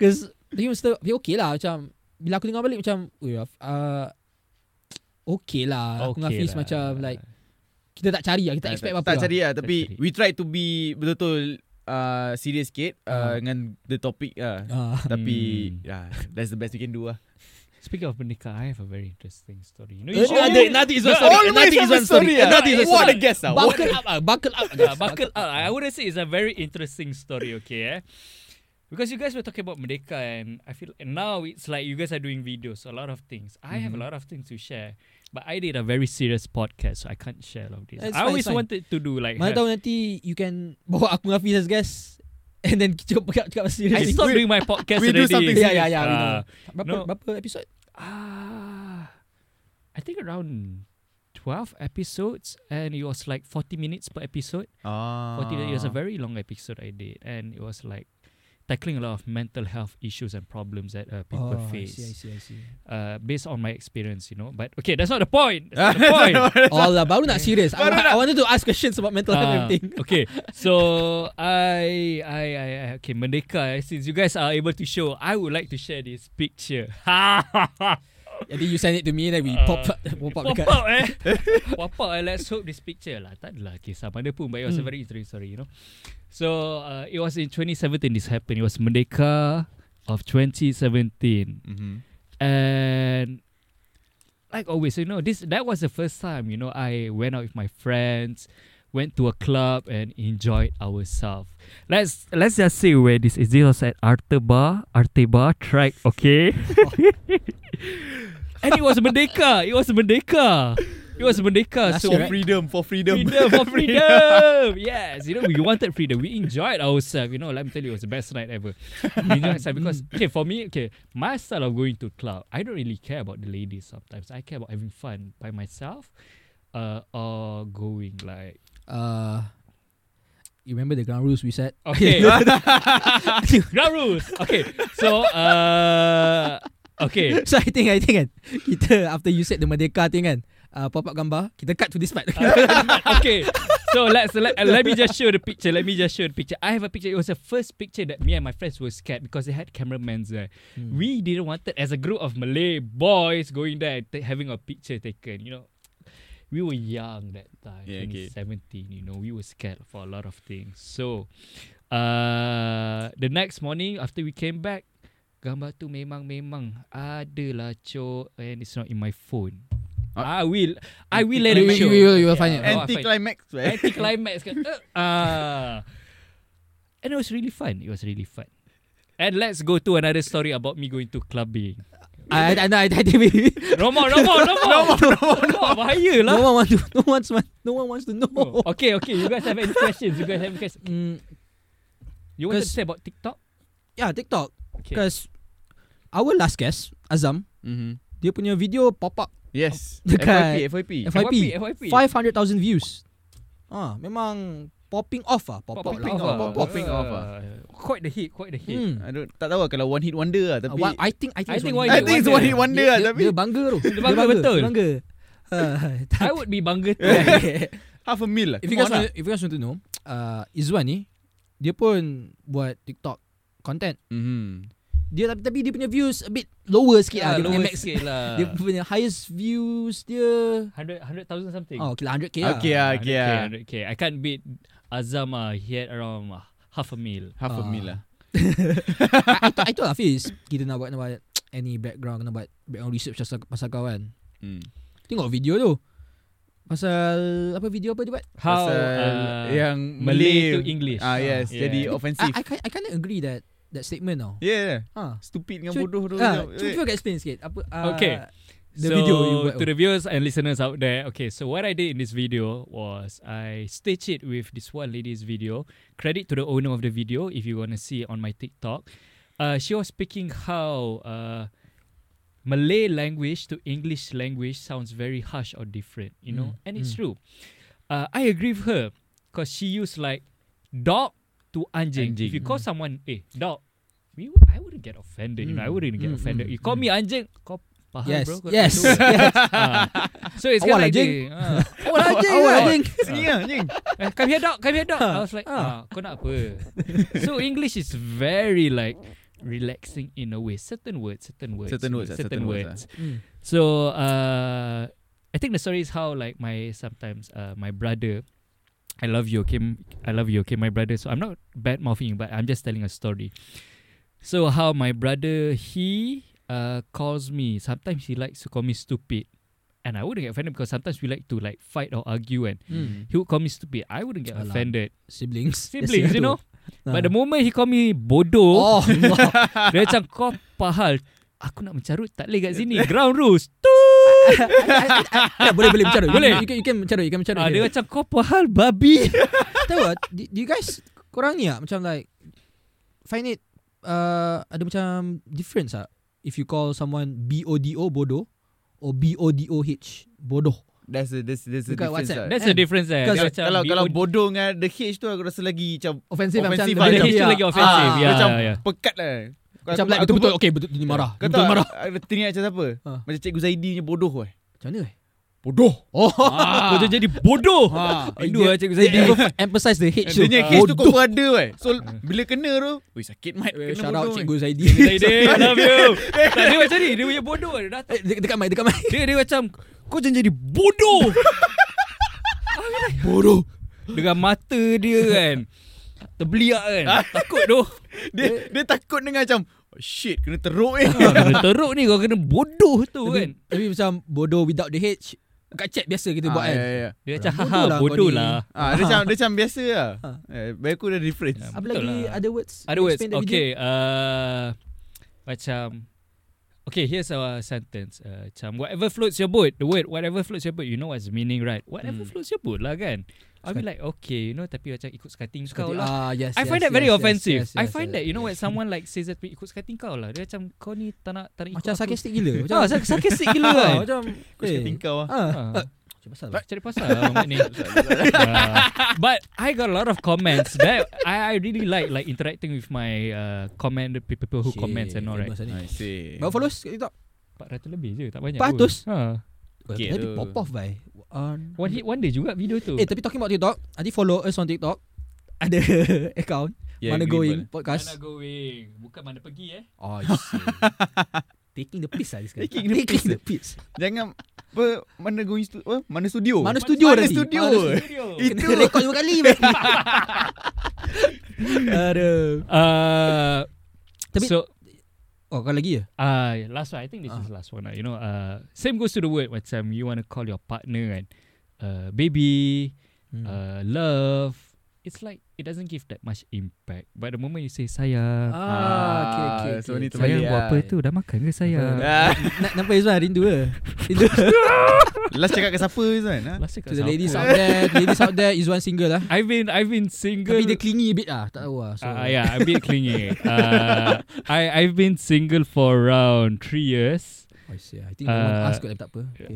Cause Dia mesti Dia okay lah Macam Bila aku dengar balik macam Ui uh, Okay lah okay Aku dengan
Okay
Hafiz
lah.
macam Like Kita tak cari lah Kita tak expect
tak,
apa-apa
Tak
lah.
cari lah, tapi
cari.
we try to be betul-betul uh, serious sikit uh,
Ah.
dengan the topic lah.
Ah,
Tapi,
Hmm.
yeah, that's the best we can do lah.
Speaking of Merdeka, I have a very interesting story. You know,
Eh,
usually-
ada nanti is one
Yeah,
story.
always
Nanti is
have a
one story.
story lah.
Nanti is one
What
story.
a guess lah. What
Buckle up ah, buckle up.
Ah, buckle up. I wouldn't say it's a very interesting story, okay? Eh? Because you guys were talking about Merdeka, and I feel and now it's like you guys are doing videos, a lot of things. I have a lot of things to share, but I did a very serious podcast, so I can't share all of this.
It's
I
fine,
always
it's fine.
wanted to do like.
Mana
have-
tahu nanti you can bawa aku dengan Hafiz as guest and then kita cakap cakap
I
serious.
stopped
We-
doing my podcast
we do
already.
something
Yeah, yeah, yeah, we
Ah,
Berapa
No.
berapa episode?
Ah, I think around. 12 episodes and it was like 40 minutes per episode
Ah.
40 days. It was a very long episode I did, and it was like tackling a lot of mental health issues and problems that uh, people
oh, I
face
see, I see, I see.
Uh, based on my experience, you know. But okay, that's not the point. That's not the point.
Oh lah, baru nak serious. I,
Baru
I wanted to ask questions about mental health and
Ah,
everything.
okay, so I, I, I, I- okay, Merdeka. eh, Since you guys are able to show, I would like to share this picture.
Jadi you send it to me then we
Ah,
pop up, pop up
Pop
dekat.
out eh Pop out eh Let's hope this picture lah Tak adalah kisah mana pun But it was a
Hmm.
very interesting story You know So uh, It was in 2017 This happened It was Merdeka Of 2017
Mm-hmm.
Mhm.
And Like always You know this That was the first time You know I went out with my friends Went to a club And enjoyed ourselves Let's Let's just see where this is This was at Arte Bar Arte Bar Track Okay And it was Merdeka It was Merdeka It was Merdeka
Last
So
year,
For
right?
freedom, for freedom.
Freedom for freedom. yes, you know we wanted freedom. We enjoyed ourselves. You know, let me tell you, it was the best night ever. We enjoyed ourselves because okay, for me, okay, my style of going to club, I don't really care about the ladies. Sometimes I care about having fun by myself, uh, or going like
Uh, you remember the ground rules we set?
okay, ground rules. Okay, so uh, okay,
so I think I think kan kita after you said the Merdeka thing kan, uh, pop up gambar, kita cut to this part.
Uh, okay. So let's let, uh, let me just show the picture. Let me just show the picture. I have a picture. It was the first picture that me and my friends were scared because they had cameramen there.
Hmm.
We didn't want it as a group of Malay boys going there and ta- having a picture taken. You know, we were young that time,
Yeah, okay.
2017. You know, we were scared for a lot of things. So, uh, the next morning after we came back, gambar tu memang memang ada lah cok and it's not in my phone. I will, I will let
You-
it
you-
show.
you will- you will find it.
I'll find
Anti-climax. eh?
anti-climax kan. Ah. And it was really fun. It was really fun. And let's go to another story about me going to clubbing.
I I know I, I think we,
No more, no more, no more. no more, no more. Bahaya lah.
no one want to no one wants no one wants to know.
Okay, okay. You guys have any questions? You guys have any questions?
Mm,
You want to
Cause-
say about TikTok?
yeah, TikTok.
Okay.
Because our last guest Azam,
Mhm.
dia punya video pop up
Yes.
Dekat-
FYP,
FYP,
FYP.
FYP.
500,000 views. Ah, memang popping off ah, pop up
Popping
lah.
off.
Pop up.
Popping off ah.
Uh, Quite the hit, quite the hit.
Hmm.
I don't, tak tahu lah kalau one hit wonder lah. Tapi,
Wha- I think I think,
I
it's
think
Ah, one
why-
I think it's one hit wonder
dia,
lah.
dia,
Tapi,
dia bangga tu.
Dia bangga betul.
Dia bangga. Ah,
I would be bangga too.
half a mil lah.
If you guys want, if you guys want to know, uh, Izwan ni dia pun buat TikTok content.
Mhm.
Dia tapi, tapi dia punya views a bit lower sikit lah.
Ah,
Dia punya
lower
max
sikit lah.
Dia punya highest views dia
100 100,000 something.
Oh okay lah 100k lah
Okay lah, okay lah.
100K, 100K. I can't beat Azam ah. He had around ah, half a meal.
Half a
Ah.
meal lah.
I, I,
ah.
thought- I told lah, Hafiz Kita nak buat, nak buat Any background Kena buat Background research pasal, pasal kau kan
Hmm.
Tengok video tu Pasal Apa video apa dia buat
How
Pasal
uh,
yang
Malay to English.
Ah yes,
Yeah.
I,
jadi offensive.
Ah, I, ki- I kind of agree that That statement tau
yeah, yeah.
Ha
Stupid dengan
Cuba-
bodoh tu.
Ah, cuba cuba explain sikit apa ah,
Okay.
the
so,
video you buat
to the viewers and listeners out there, okay, so what I did in this video was I stitched it with this one lady's video. Credit to the owner of the video if you want to see it on my TikTok. Uh, she was speaking how uh, Malay language to English language sounds very harsh or different, you know,
Mm,
and it's
mm.
true. Uh, I agree with her because she used like dog to anjing. If you
Anjing.
call
Mm.
someone, eh, dog, we, I wouldn't get offended, you know, I
Mm,
wouldn't get
mm,
offended.
mm,
You call
mm.
me anjing, kau faham
yes
bro. kau tak
yes
tahu.
yes
Ah. so it's
Awal
kind of like
anjing.
they, ah,
awal anjing
Awal
awal
anjing.
anjing
Sini lah, anjing.
eh, come here dog, come here dog. I was like,
Ah.
ah, kau nak apa? so English is very like relaxing in a way. Certain words, certain words,
Certain words, ah, certain words,
Mm.
So uh, I think the story is how like my sometimes uh, my brother, I love you, okay, m- I love you, okay, my brother. So I'm not bad mouthing, but I'm just telling a story. So how my brother he uh, calls me sometimes he likes to call me stupid, and I wouldn't get offended because sometimes we like to like fight or argue, and
Mm.
he would call me stupid. I wouldn't get
Alah.
offended.
siblings
Hmm. Siblings, you know.
Ah.
But the moment he call me bodoh,
oh Allah.
dia macam kau pahal. Aku nak mencarut tak boleh kat sini. Ground rules.
Tak, Eh, boleh boleh bicara
Boleh.
you can, you can bicara you can bicara
Ah, dia
Okay.
macam kau pahal babi.
Tahu tak do, do you guys Korang ni ah Macam like Find it uh, Ada macam Difference ah If you call someone B-O-D-O Bodoh Or B-O-D-O-H Bodoh
That's the that's, that's the
Dekat
difference
WhatsApp.
lah.
That's the
And-
difference eh.
Because
Dia
Kalau-
macam
kalau kalau
BOD
bodoh dengan the H tu aku rasa lagi macam
Offensive,
Offensive
macam
lah.
the-
Dia
tu
yeah.
lagi offensive.
Ah.
Ya,
macam
ya, ya.
pekat lah.
Macam like betul-betul Okay betul dia marah
Kau
Betul
tahu
marah
aku teringat macam siapa?
Ha.
Macam Cikgu Zaidi punya bodoh eh.
Macam mana eh
Bodoh.
Oh
Kau tu jadi bodoh.
Ah,
Ha.
Rindu lah cikgu
They
Zaidi.
never emphasize the H
Eh, Dia punya
Ah.
case tu kau berada eh. So bila kena tu, weh sakit mat.
Eh,
Kena
Shout out
bodoh, eh.
Cikgu Zaidi
Zaidi, I love you. Tak, dia macam ni. Dia punya bodoh. kan? Dia, datang.
Eh, de- Dekat mic Dekat mic
dia, dia macam, kau jangan jadi bodoh.
Bodoh
Dengan mata dia kan. Terbeliak kan. Takut doh.
Eh.
Dia dia takut dengar macam oh, shit kena teruk eh.
Ah, Kena teruk ni kau kena bodoh
Tapi,
tu kan.
tapi macam Bodoh without the H Kat chat biasa kita buat
Ah,
kan
ya, ya, ya.
Dia macam,
Bodoh
haha,
lah kau
bodoh
ni."
lah.
Ah, dia macam dia macam biasa lah.
Ha.
Eh, bagi aku dah difference.
Ya.
Apa
Betul
lagi
lah.
Other words
Other words.
Explain the video.
Okay. Uh, macam. Okay, here's our sentence. Uh, macam whatever floats your boat. The word whatever floats your boat. You know what's the meaning, right? Whatever
Hmm.
floats your boat lah kan. I'll be
Skat-
like, okay, you know. Tapi macam ikut skating
Suka
kau
dia-
lah.
Ah yes. yes,
I find that
yes,
very
yes,
offensive.
yes,
I
yes,
find
yes.
that you know when someone like says that ikut skating kau lah. Dia macam kau ni tak nak tak nak ikut
macam
aku.
sarkastik gila. Macam
Ah, sak- sarcastic gila kan.
Macam
Aku cakap tingkau ah.
Ah.
Ah.
Macam pasal.
Cari pasal lah mamat ni. Uh, but I got a lot of comments that I, I really like like interacting with my uh, comment the people who comments and all right.
I see.
Baru followers kat TikTok.
400 lebih je tak banyak.
400?
pun. Ha.
Okay,
Tapi
tu.
pop off bye. On-
One hit wonder juga video tu.
Eh tapi talking about TikTok, I think follow us on TikTok. Ada account
Yeah,
Mana Going
agreeable.
podcast.
going? Bukan mana pergi eh.
Oh, I see. Taking the piss lah dia sekarang.
Taking the piss.
piss.
Jangan apa mana going stu, apa? mana studio?
Mana studio
mana
nanti?
Studio.
Mana
It-
Kena rekod dua kali. bye. Aduh.
Uh,
Tapi-
so
Oh, kau lagi ya?
uh, last one I think this is
Ah.
last one lah. You know uh, same goes to the word macam you want to call your partner kan. Uh, baby,
Hmm.
uh, love. It's like it doesn't give that much impact. But the moment you say sayang,
Ah, okay, okay.
so
okay,
ni
okay.
sayang
terbalik
buat
lah.
apa tu? Dah makan ke sayang?
Ah,
Na- Nampak Izwan rindu ke? Rindu
Last cakap kat siapa Izan? Ha?
Last
To the ladies out there the Ladies out there Izwan single lah
I've been I've been single.
Tapi dia clingy a bit lah Tak tahu lah so,
Ah, yeah, Uh, I'm a bit clingy. uh, I I've been single for around three years.
I see. I think uh, no one
Uh,
ask kot tapi tak apa. Okay.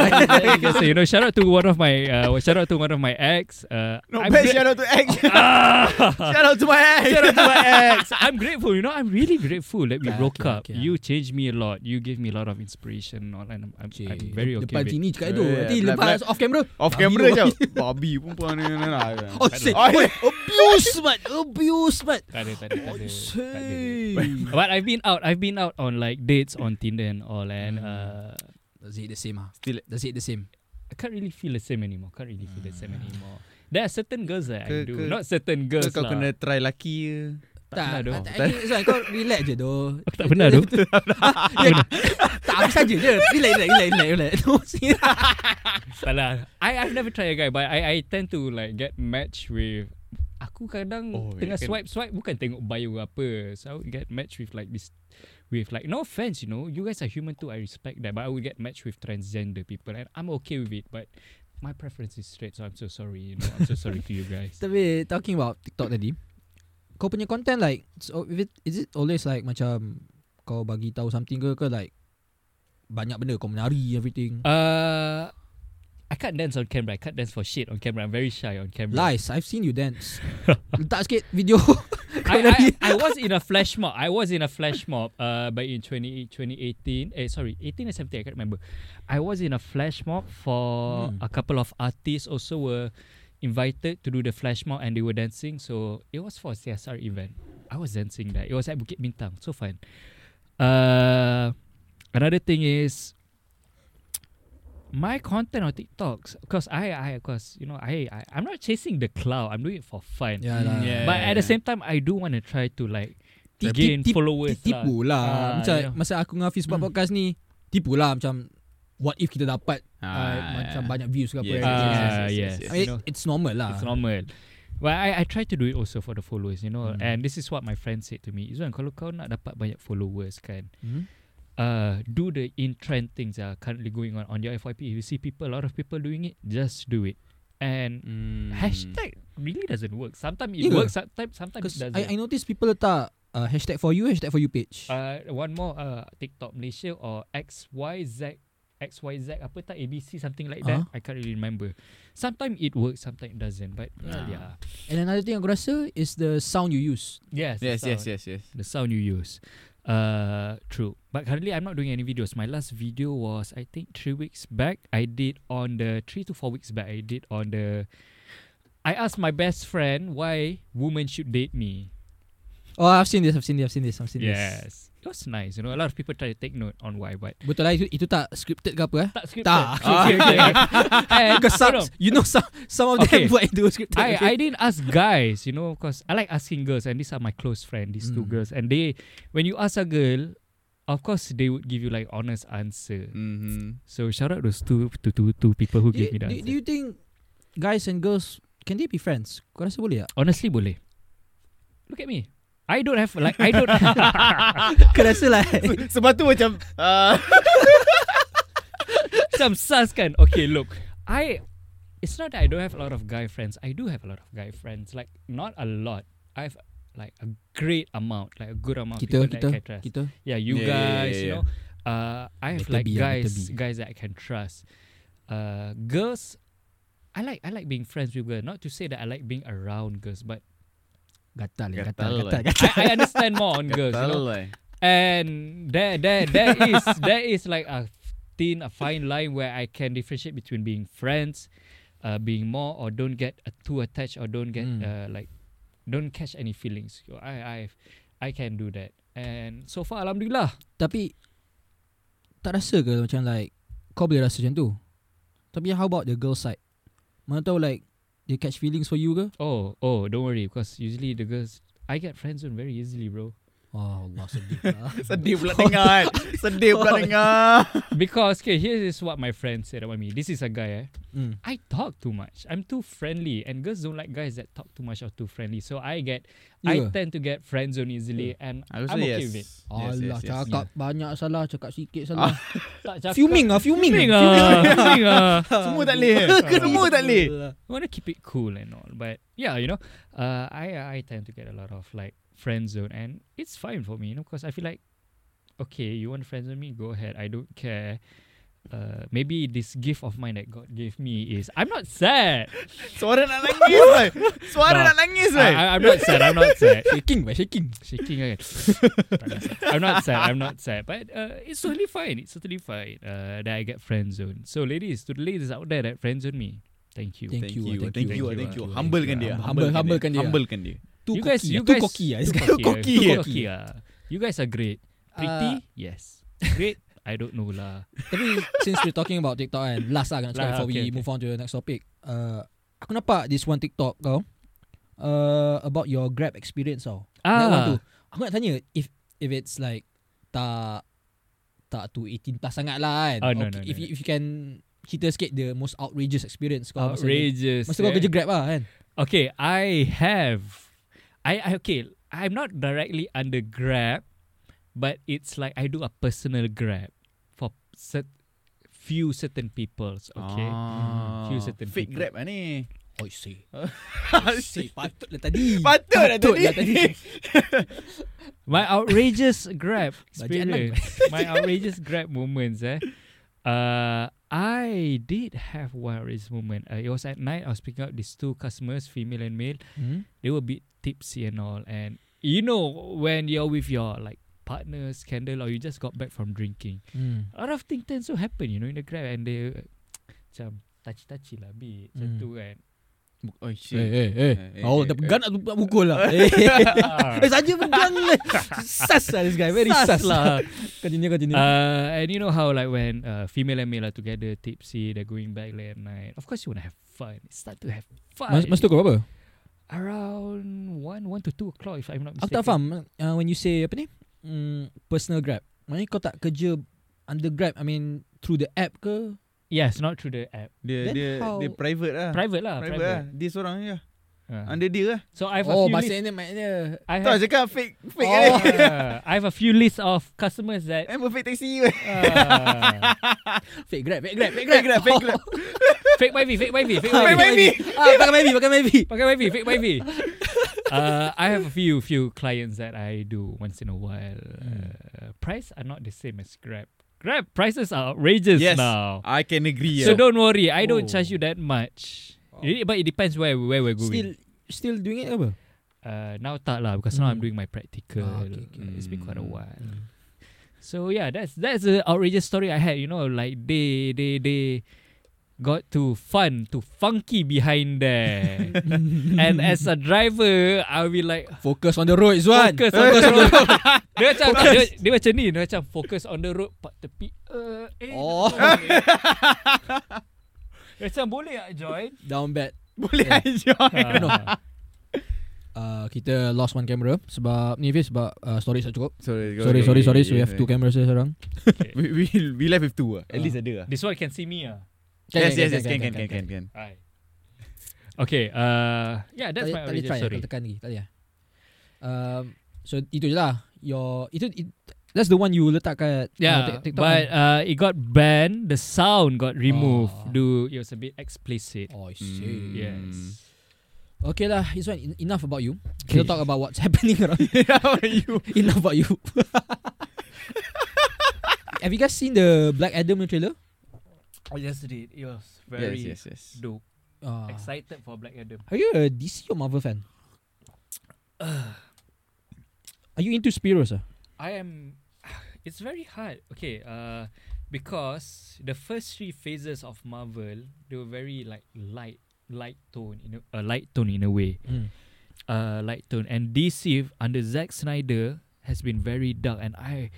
so, you know, shout out to one of my uh, shout out to one of my ex. Uh,
Not
I'm
bad.
gra-
Shout out to X.
Ah!
shout out to my X.
Shout out to my ex. I'm grateful. You know, I'm really grateful that we
Okay,
broke
Ah, okay,
up.
okay.
You changed me a lot. You gave me a lot of inspiration and all, and I'm, I'm, I'm very okay
Depan
with it.
sini cakap itu.
Yeah,
Nanti
black,
lepas off camera.
Off
Babi
camera
babi.
je. Babi perempuan ni. ni, ni.
Oh shit.
Oh,
Oi, Abuse mat. Abuse mat.
Tak ada, tak ada, tak ada. Tak ada.
Shit.
But I've been out. I've been out on like dates on Tinder and all,
Mm.
and uh,
Does it the same ah?
Still-
Does it the same?
I can't really feel the same anymore. Can't really feel the same anymore. There are certain girls that I
Hmm. Ke-
do,
ke-
not certain girls
Kau- Kau
lah.
kena try laki je.
pernah doh.
tak- actually, it's like Kau relax je doh.
Aku tak pernah tu.
Tak habis saja je. Relax, relax, relax, relax, relax. No, serious.
Salah. I I've never tried a guy, but I I tend to like get match with. Aku kadang
Oh,
oh, tengah
kan.
swipe swipe bukan tengok bio apa. So I would get match with like this with like no offense you know you guys are human too I respect that but I would get match with transgender people and I'm okay with it but my preference is straight so I'm so sorry you know I'm so sorry to you guys.
Tapi talking about TikTok tadi, kau punya content like so if it, is it always like macam kau bagi tahu something ke ke like banyak benda kau menari everything.
Uh, I can't dance on camera. I can't dance for shit on camera. I'm very shy on camera.
Lies, I've seen you dance. Letak sikit video.
I, I,
menari.
I was in a flash mob. I was in a flash mob uh, back in 20, 2018. Eh, sorry, 18 or 17, I can't remember. I was in a flash mob for
Hmm.
a couple of artists also were invited to do the flash mob and they were dancing. So it was for a CSR event. I was dancing there. It was at Bukit Bintang. So fun. Uh, another thing is my content on TikToks because I, I, of course, you know, I, I, I'm not chasing the cloud. I'm doing it for fun.
Yeah lah.
Yeah.
But at the same time, I do want to try to like
Ti- ti-
gain
ti-
followers
Tipu lah.
Ah,
macam
you know.
masa aku dengan Hafiz buat
Hmm.
podcast ni, tipu lah macam what if kita dapat
Ah,
uh, macam banyak views ke apa.
Yes,
Yes,
Ah,
yes, yes, yes,
yes.
yes,
I
yes.
mean, uh, it's normal lah.
It's normal. But I, I try to do it also for the followers, you know.
Hmm.
And this is what my friend said to me. Izwan, kalau kau nak dapat banyak followers kan,
Hmm?
uh, do the in-trend things that are currently going on on your FYP. If you see people, a lot of people doing it, just do it. And
Hmm.
hashtag really doesn't work. Sometimes
Yeah
it
ke?
works, sometimes, sometimes
Because
it doesn't.
I, I notice people letak uh, hashtag for you, hashtag for you page.
Uh, one more uh, TikTok Malaysia or XYZ XYZ apa tak ABC something like
Ah.
that. I
Uh-huh.
can't really remember. Sometimes it works, sometimes it doesn't. But uh,
Ah.
yeah,
And another thing aku rasa is the sound you use.
yes, the
Yes, yes,
sound.
yes, yes.
The sound you use. Uh, true. But currently, I'm not doing any videos. My last video was I think three weeks back. I did on the three to four weeks back. I did on the. I asked my best friend why women should date me.
Oh, I've seen this, I've seen this, I've seen this, I've seen this.
Yes, it was nice. You know, a lot of people try to take note on why, but
Betul lah itu, itu tak scripted ke apa eh?
tak scripted.
Tak. Eh,
Okay, okay, okay. And,
Because some,
you know,
you know some, some of them
Eh, Okay.
buat itu scripted.
I I didn't ask guys, you know, because I like asking girls, and these are my close friend, these
Mm.
two girls, and they, when you ask a girl, of course they would give you like honest answer.
Mhm.
So shout out those two to two two people who
do,
gave me
do, do
the answer.
you think guys and girls can they be friends? Kau rasa boleh tak?
Honestly, boleh. Look at me. I don't have like I don't.
Kau rasa lah.
Se- Sebab tu macam ah,
Some sus kan. Okay, look, I. It's not that I don't have a lot of guy friends. I do have a lot of guy friends. Like not a lot. I have like a great amount, like a good amount. of
Kita-
people that I can trust.
Kita.
Yeah, you
Yeah, yeah, yeah,
guys, you
yeah.
know, uh, I have
Better
like
be, ah, better
guys,
be.
guys that I can trust. Uh, girls, I like I like being friends with girls. Not to say that I like being around girls, but
Gatal ya, gatal,
Gatal lah.
gatal, gatal.
I, I understand more on girls. You know?
Gatal eh.
And there, there, there is there is like a thin, a fine line where I can differentiate between being friends, uh, being more, or don't get uh, too attached, or don't get
Mm.
uh, like, don't catch any feelings. So I, I, I can do that. And so far, alhamdulillah.
Tapi tak rasa ke macam like kau boleh rasa macam tu? Tapi how about the girl side? Mana tahu like they catch feelings for you ke?
Oh, oh, don't worry because usually the girls I get friend zone very easily, bro.
Oh Allah sedih lah.
Sedih pula tengah kan. Sedih pula tengah.
Because okay, here is what my friend said about me. This is a guy, eh.
Hmm.
I talk too much. I'm too friendly, and girls don't like guys that talk too much or too friendly. So I get,
Yeah.
I tend to get friend zone easily, and
I would
I'm
say
okay
yes.
with it.
Yes,
Allah
yes, yes.
cakap banyak salah, cakap sikit salah.
Ah,
Tak cakap-
Fuming ah, fuming.
fuming ah, fuming ah.
Semua tak boleh. Semua tak boleh.
I want to keep it cool and all, but yeah, you know, uh, I I tend to get a lot of like friend zone, and it's fine for me, you know, because I feel like okay, you want to friends with me? Go ahead. I don't care. Uh, maybe this gift of mine that God gave me is I'm not sad.
Suara nak nangis boy.
Nah.
Suara
Ah,
nak nangis boy.
I, I, I'm not sad. I'm not sad.
Shaking by shaking.
shaking again. I'm not sad. I'm not sad. But uh, it's totally fine. It's totally fine uh, that I get friend zoned. So ladies, to the ladies out there that friend zone me, thank you.
Thank
Thank
you,
you,
thank
thank
you,
you,
thank
thank
you,
you.
thank
Humble
you.
kan dia.
Humble- humblekan dia.
Humble kan dia.
Too
you guys,
cocky
you
ah. Too
guys,
cocky ah. This guy.
too
cocky
ah,
ah.
too cocky ah. You guys are great. Pretty,
Uh,
yes. Great, I don't know lah.
Tapi since we're talking about TikTok kan Last lah kena cakap
Lah,
Before
okay,
we
okay.
move on to the next topic uh, Aku nampak this one TikTok kau uh, About your Grab experience tau That one tu
Ah,
Aku nak tanya If if it's like Tak Tak tu 18 plus sangat lah kan
Oh, no,
if,
no, no,
you- if you can Cerita sikit The most outrageous experience kau masa ni.
outrageous.
Masa kau
eh.
kerja Grab lah kan
Okay, I have. I, I okay. I'm not directly under Grab, but it's like I do a personal Grab for set, few certain peoples. Okay.
Ah.
Few certain
Fake
people.
grab lah ni.
Oh see
Asyik.
See patut lah tadi
Patut lah
Patut lah
tadi.
My outrageous Grab
Bajak enam.
experience. my outrageous Grab moments. Eh. Uh, I did have one outrageous moment. Uh, it was at night. I was picking up these two customers, female and male.
Hmm?
They were a bit tipsy and all. And you know when you're with your like partners, candle, or you just got back from drinking.
Hmm.
a lot of things tend to happen you know in the grab and they uh, macam touchy-touchy lah bit macam
Mm.
tu kan
Oh
Eh
shit.
eh eh
Eh, eh,
Oh
eh,
dah
eh.
pegang nak nak pukul lah Eh Eh saja pegang Sas lah this guy Very sas,
lah
Continue continue
uh, and you know how like when uh, female and male are together tipsy they're going back late at night of course you want to have fun start to have fun
Mas, masa tu kau apa?
around 1 1 to 2 o'clock if I'm not
Aku
mistaken
tak faham uh, When you say apa ni mm, Personal grab Maknanya kau tak kerja Under grab I mean Through the app ke
yes not through the app
Dia
Then
dia
how-
dia private lah.
private lah
Ah. Private lah.
private,
Dia seorang je.
Uh.
Under dia lah.
so I have
Oh
a few list
maksudnya maknanya
I
Tak
have,
cakap fake fake
Oh.
ni.
uh, I have a few list of customers that
Member fake taxi weh.
uh,
Fake grab Fake grab Fake grab
Fake grab, fake grab.
fake my fake my fake my
Fake Ivy.
ah, Pakai Ivy Pakai Ivy
Pakai wifi, fake wifi. uh, I have a few few clients that I do once in a while. Uh, price are not the same as Grab. Grab prices are outrageous
Yes. uh,
now.
I can agree.
So
So
don't worry, I don't
Oh.
charge you that much.
Oh.
It- but it depends where where we're
Still
going.
Still doing it ke apa?
Uh, now tak lah because now I'm
Mm.
doing my practical.
Ah, okay, okay.
Mm, It's been quite a
Mm.
while.
Hmm.
So yeah, that's that's the outrageous story I had. You know, like they they they got too fun, too funky behind there. And as a driver, I'll be like
Focus on the road Zuan
Focus on
Focus
the
on the road
dia macam dia, dia macam ni, dia macam focus on the road pak tepi. Uh, eh,
Oh.
dia macam boleh tak join?
Down bad
boleh
Yeah.
aja.
no. uh, Kita lost one camera Sebab Ni Fiz sebab uh, Storage tak cukup
Sorry,
Sorry sorry sorry So we have two cameras here sekarang
We we we left with two. ah.
Ah.
At least ada. ah.
This one can see me ah.
Yes yes yes can can can can can.
Alright. Okay, uh, yeah, that's
tak, tak
my
boleh
origin
try
story.
Kau tekan lagi Tak boleh ah. um, So itu je lah Your Itu it, That's the one you letak kat uh,
Yeah,
Tik- TikTok
but
kan?
uh, it got banned. The sound got removed.
Ah.
Do it was a bit explicit.
Oh I see
Yes.
Mm.
Okay lah It's one Enough about you
Okay.
Kita talk about what's happening around
How are you?
Enough about you Have you guys seen the Black Adam punya trailer?
I just did. Oh, It was
Yes yes yes.
dope.
Uh,
Excited for Black Adam.
Are you a DC or Marvel fan? Are you into Spiros ah?
I am. It's very hard. Okay. Uh, because the first three phases of Marvel, they were very like light, light tone in a uh, light tone in a way,
Mm.
uh, light tone. And DC under Zack Snyder has been very dark, and I,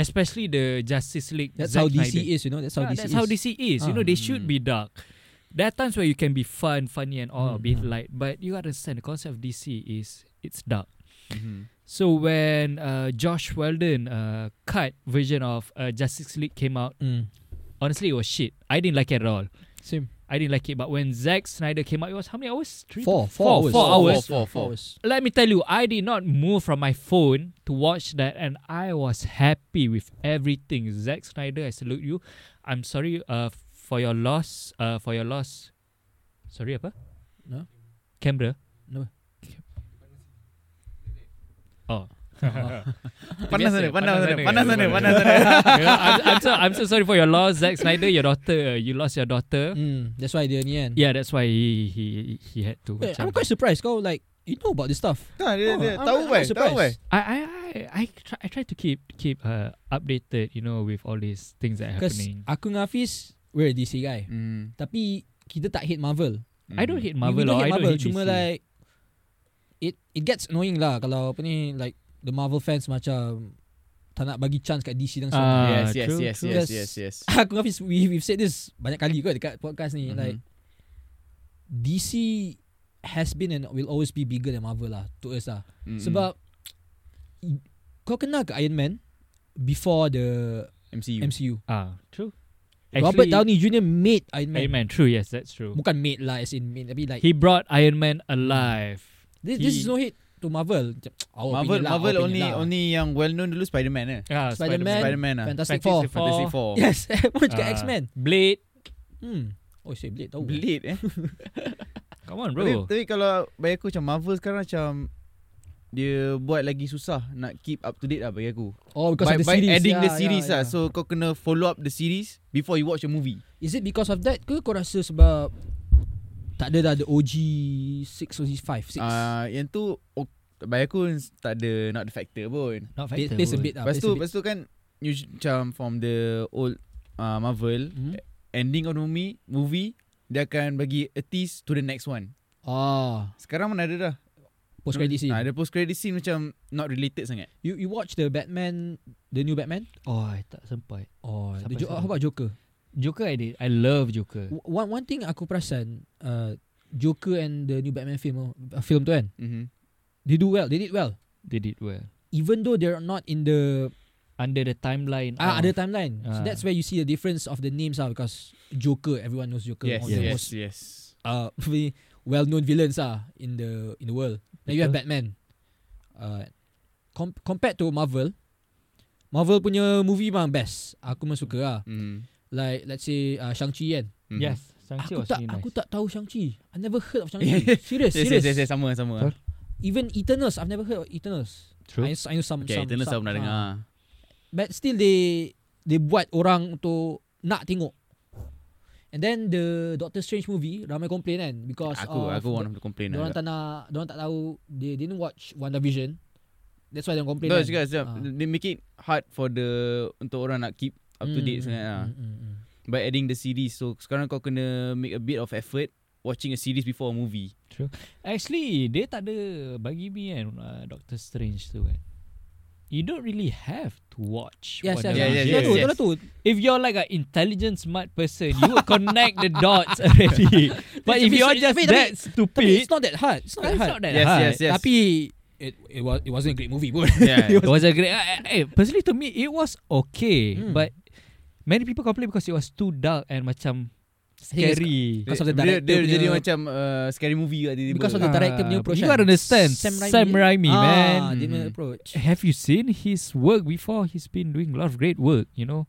especially the Justice League.
That's how
Zack
DC
Snyder.
is, you know. That's how
Yeah,
DC
that's
is.
how DC is. You
Ah.
know, they should be dark. There are times where you can be fun, funny, and all
Mm,
a bit
mm.
light, but you understand the concept of DC is it's dark.
Mhm.
So when uh, Josh Weldon uh, cut version of uh, Justice League came out,
Mm.
honestly it was shit. I didn't like it at all.
Same.
I didn't like it. But when Zack Snyder came out, it was how many hours? Three.
Four,
four
four,
Four hours.
Four, four, four.
hours.
Let me tell you, I did not move from my phone to watch that, and I was happy with everything. Zack Snyder, I salute you. I'm sorry uh, for your loss. Uh, for your loss. Sorry, apa?
No.
Camera.
No.
Oh.
Panas
Biasa,
sana, panas sana,
panas
panas sana,
sana.
panas sana.
Yeah, I'm, I'm, so, I'm so sorry for your loss, Zack Snyder. Your daughter, uh, you lost your daughter.
Mm, that's why dia ni kan.
Yeah, that's why he he he had to.
Wait,
macam-
I'm quite surprised kau like you know about this stuff.
Tak, dia, dia,
Oh,
tahu
I'm- I'm
bai, tahu
surprised.
bai.
I I I I try, I try to keep keep uh, updated, you know, with all these things that are
Because
happening.
aku dengan Hafiz We're a DC guy
Hmm.
Tapi Kita tak hate Marvel
I don't hate
We
Marvel
mm, don't
or
hate
I
Marvel
don't hate
Cuma
DC.
like It it gets annoying lah Kalau apa ni Like The Marvel fans macam Tak nak bagi chance kat DC dan sebagainya
Ah,
Yes, yes,
true,
yes,
true.
yes, yes,
Just-
yes.
Aku dengan Hafiz we, We've said this Banyak kali kot Dekat podcast ni
Mm-hmm.
Mhm.
Like DC Has been and will always be bigger than Marvel lah To us lah
Mm-mm.
Sebab i- Kau kenal ke Iron Man Before the
MCU.
MCU
Ah, true.
Robert Downey Jr. made Iron Man
Iron Man, true. Yes, that's true.
Bukan made lah As in made Tapi like
He brought Iron Man alive.
This, this is
He-
no hit to Marvel. Macam, Our
Marvel
opinion lah,
Marvel
our
only
opinion lah.
only yang well known dulu Spider-Man eh.
Spider-Man.
Ah, Spider-Man.
Spider-Man ah.
Fantastic
Fantastic
Four.
Four.
Fantastic Four.
Yes, pun cakap
Ah,
X-Men.
Blade.
Hmm. Oh, saya Blade tahu.
Blade eh.
Come on,
Tapi,
bro.
tapi kalau bagi aku macam Marvel sekarang macam dia buat lagi susah nak keep up to date lah bagi aku.
Oh, because
by,
of the
by
series. ya,
adding
Yeah,
the series
yeah,
lah.
yeah.
So kau kena follow up the series before you watch a movie.
Is it because of that ke kau rasa sebab tak ada dah the OG 6 OG 5, 6. Uh,
Ah uh, yang tu oh, bagi aku tak ada not the factor pun.
Not
it
factor.
plays a
pun.
bit lah.
Lepas
plays
tu
a bit.
lepas tu kan usu- macam from the old uh, Marvel
Hmm?
ending of the movie movie dia akan bagi a tease to the next one.
Ah,
Sekarang mana ada dah.
post credit scene.
Ah, ada post credit scene macam not related sangat.
You you watch the Batman, the new Batman?
Oh, I tak sempat.
Oh, the
Sampai
jo-
sana.
how about Joker?
Joker I did. I love Joker.
W- One one thing aku perasan, uh, Joker and the new Batman film uh, film tu kan,
Mhm.
they do well, they did well.
They did well.
Even though they're not in the
Under the timeline.
Ah,
of-
ada timeline. so
Ah.
that's where you see the difference of the names ah because Joker, everyone knows Joker.
Yes,
one of the
yes,
most
yes.
uh very well-known villains ah in the in the world. Now you have
Betul.
Batman. Uh, com- compared to Marvel, Marvel punya movie memang best. Aku memang suka ah.
Mm.
Like let's say uh, Shang-Chi kan.
Mhm.
Yes. Shang-Chi
Aku
was
tak
really
aku
nice.
tak tahu Shang-Chi. I never heard of Shang-Chi. serious,
Yes,
serious.
yes, yes, yes, sama sama.
Betul.
Even Eternals, I've never heard of Eternals.
True.
I, I know some
Okay,
some
Eternals
some-
aku pernah
ah.
dengar.
But still they they buat orang untuk nak tengok. And then the Doctor Strange movie ramai complain kan because
Aku
of
aku one of the complainer.
Orang tak nak orang tak tahu they didn't watch WandaVision. That's why they complain.
Betul
kan.
juga sebab
Ah.
they make it hard for the untuk orang nak keep up to
Mm,
date
mm,
sangat lah.
mm, mm, mm.
By adding the series so sekarang kau kena make a bit of effort watching a series before a movie.
Actually, dia tak ada bagi me kan uh, Doctor Strange tu kan. You don't really have to watch.
Yes, yes, yes.
Wonder
Yeah, yeah,
yes, yes,
Vision.
yeah,
tu,
yes.
itulah tu.
If you're like an intelligent, smart person, you would connect the dots already. But if
Tapi-
you're just
tapi- tapi-
that
Tapi
stupid,
it's not that hard. It's not that
it's
hard.
not that
Yes,
hard.
yes, yes.
Tapi it it was it wasn't a great movie pun.
Yeah.
It was a great. Eh, eh, personally to me, it was okay,
Hmm.
but many people complain because it was too dark and macam
think it's-
scary.
Because of the
dia,
director
dia
punya-
jadi macam uh, scary movie lah tiba-tiba.
Because of the director punya
Ah,
approach.
You
kan.
gotta understand
Sam
Sam
Raimi.
Raimi, Sam Raimi
ah,
man. Eh,
Dia punya
Mhm.
approach.
Have you seen his work before? He's been doing a lot of great work, you know.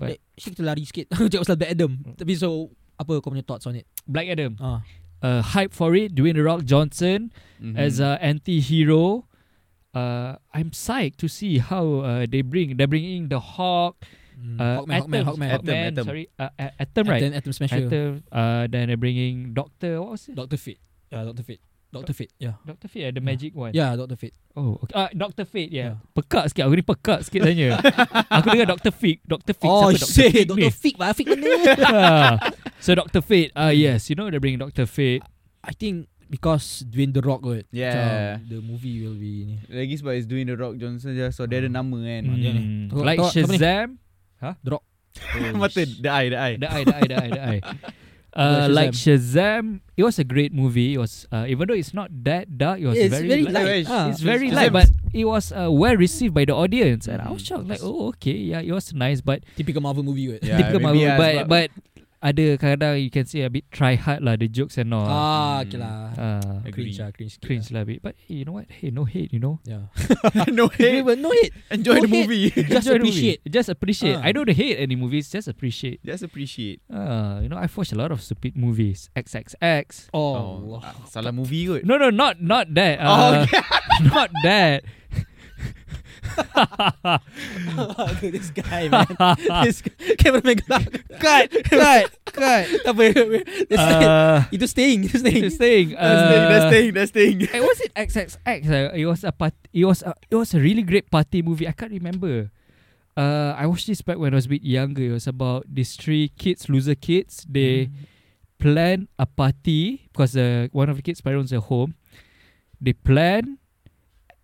Eh, Actually kita lari sikit Cakap pasal Black Adam Tapi so Apa kau punya thoughts on it
Black Adam,
ah.
uh, hype for it. Dwayne The Rock Johnson
Mhm.
as a anti-hero. Uh, I'm psyched to see how uh, they bring they bring in the Hawk,
Hmm.
uh,
Hawkman, Hawkman,
Atom,
Hawkman,
Atom,
Atom.
sorry, uh, A- Atom, right?
Atom, Atom Smasher
Atom, uh, then they're bringing Doctor. What was it?
Doctor Fate Yeah Doctor Fate Doctor Fate Yeah
Doctor Fate, eh, the
Yeah.
magic one.
Yeah Doctor Fate
Oh, okay. Uh, Doctor Fate, yeah.
Yeah.
Pekak sikit. Aku ni pekak sikit tanya. aku dengar Doctor Fate. Doctor Fate.
Oh
Siapa Doctor
shit
Fate ni?
Doctor Fate Hmm. Bah Fate mana
Ah. so Doctor Fate. Ah uh, yes, you know they're bringing Doctor Fate.
I think Because Dwayne The Rock kot
Yeah.
macam The movie will be ni
Lagi sebab it's doing The Rock Johnson je So dia ada nama kan
Hmm. dia ni.
Mm.
Tengok-
Like
tengok siapa ni?
Shazam.
Mata the eye The eye
The eye, the eye, the eye, the eye. Uh,
Shazam.
like Shazam, it was a great movie. It was, uh, even though it's not that dark, it was
It's
very,
very
light.
light. Ah.
It's very
Shazam
light, but it was uh, well received by the audience, and I was
Mhm.
shocked. Like, oh, okay, yeah, it was nice, but
Typical Marvel movie kot
Yeah,
typical
maybe
Marvel.
lah,
but
sebab-
but ada kadang-kadang you can see a bit try hard lah the jokes and all.
Ah
Hmm.
okay lah
uh,
agree.
Cringe lah Cringe sikit
cringe
lah.
lah a bit. But hey, you know what? Hey, no hate, you know.
Yeah
No
Agree,
hate
but No hate
Enjoy the
no hate.
movie
Just
Enjoy the movie.
appreciate
Just appreciate.
Ah.
I don't hate any movies. Just appreciate.
Just appreciate
Uh, you know, I've watched a lot of stupid movies. XXX.
Oh Allah
ah, Salah movie kot
No, no, Uh, not not that.
Oh,
Uh, not that.
this guy, man. this guy. Cameraman gelak. Cut, cut, cut. tak apa. That's it.
Uh,
Itu staying, itu staying.
That's staying.
that's
Uh,
thing, that's thing.
eh, was it XXX? Uh, It was a part- It was a, it was a really great party movie. I can't remember. Uh, I watched this back when I was a bit younger. It was about these three kids, loser kids. They plan a party because uh, one of the kids' parents are home. They plan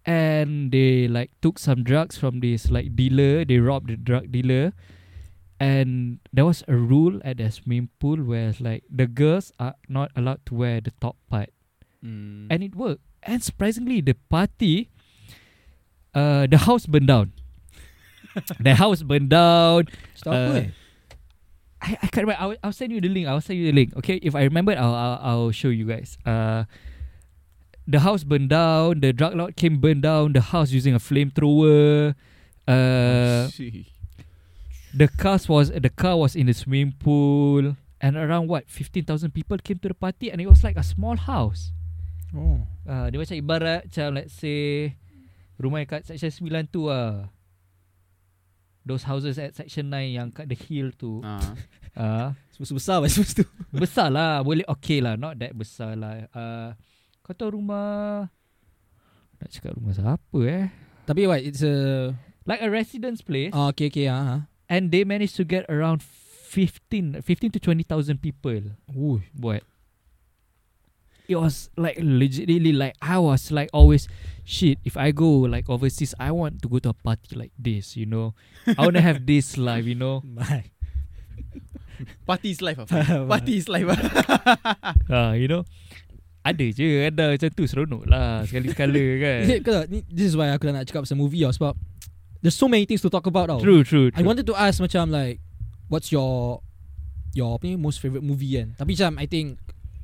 and they like took some drugs from this like dealer. They robbed the drug dealer. And there was a rule at the swimming pool where like the girls are not allowed to wear the top part
Hmm.
and it worked. And surprisingly, the party, uh, the house burned down. the house burned down.
Stop apa
Uh,
eh?
I, I can't remember. I'll, I'll send you the link. I'll send you the link. Okay, if I remember, I'll I'll, I'll show you guys. Uh, the house burned down. The drug lord came burned down the house using a flamethrower.
Oh,
Uh, the cars was the car was in the swimming pool, and around what fifteen thousand people came to the party, and it was like a small house.
oh.
Ah, dia macam ibarat macam let's say rumah yang kat section 9 tu ah. Those houses at section 9 yang kat the hill tu.
Ah.
Ah,
Semua besar lah, semua tu.
besar lah, boleh okay lah, not that besar lah. Ah, kau tahu rumah nak cakap rumah siapa eh?
Tapi what, it's a...
Like a residence place
Oh, okay, okay. Ah,
and they managed to get around 15 15 to 20,000 people
uh.
buat. It was like legitimately like I was like always shit if I go like overseas I want to go to a party like this, you know. I want to have this life, you know.
My.
Party is life ah. Party is life ah.
Ha, you know. Ada je ada macam tu seronok lah sekali-sekala kan.
Is it, kau tahu, uh, ni- this is why aku dah nak cakap pasal movie tau sebab there's so many things to talk about tau.
True, true,
I
true.
wanted to ask macam like what's your your apa ni most favorite movie kan. Tapi macam I think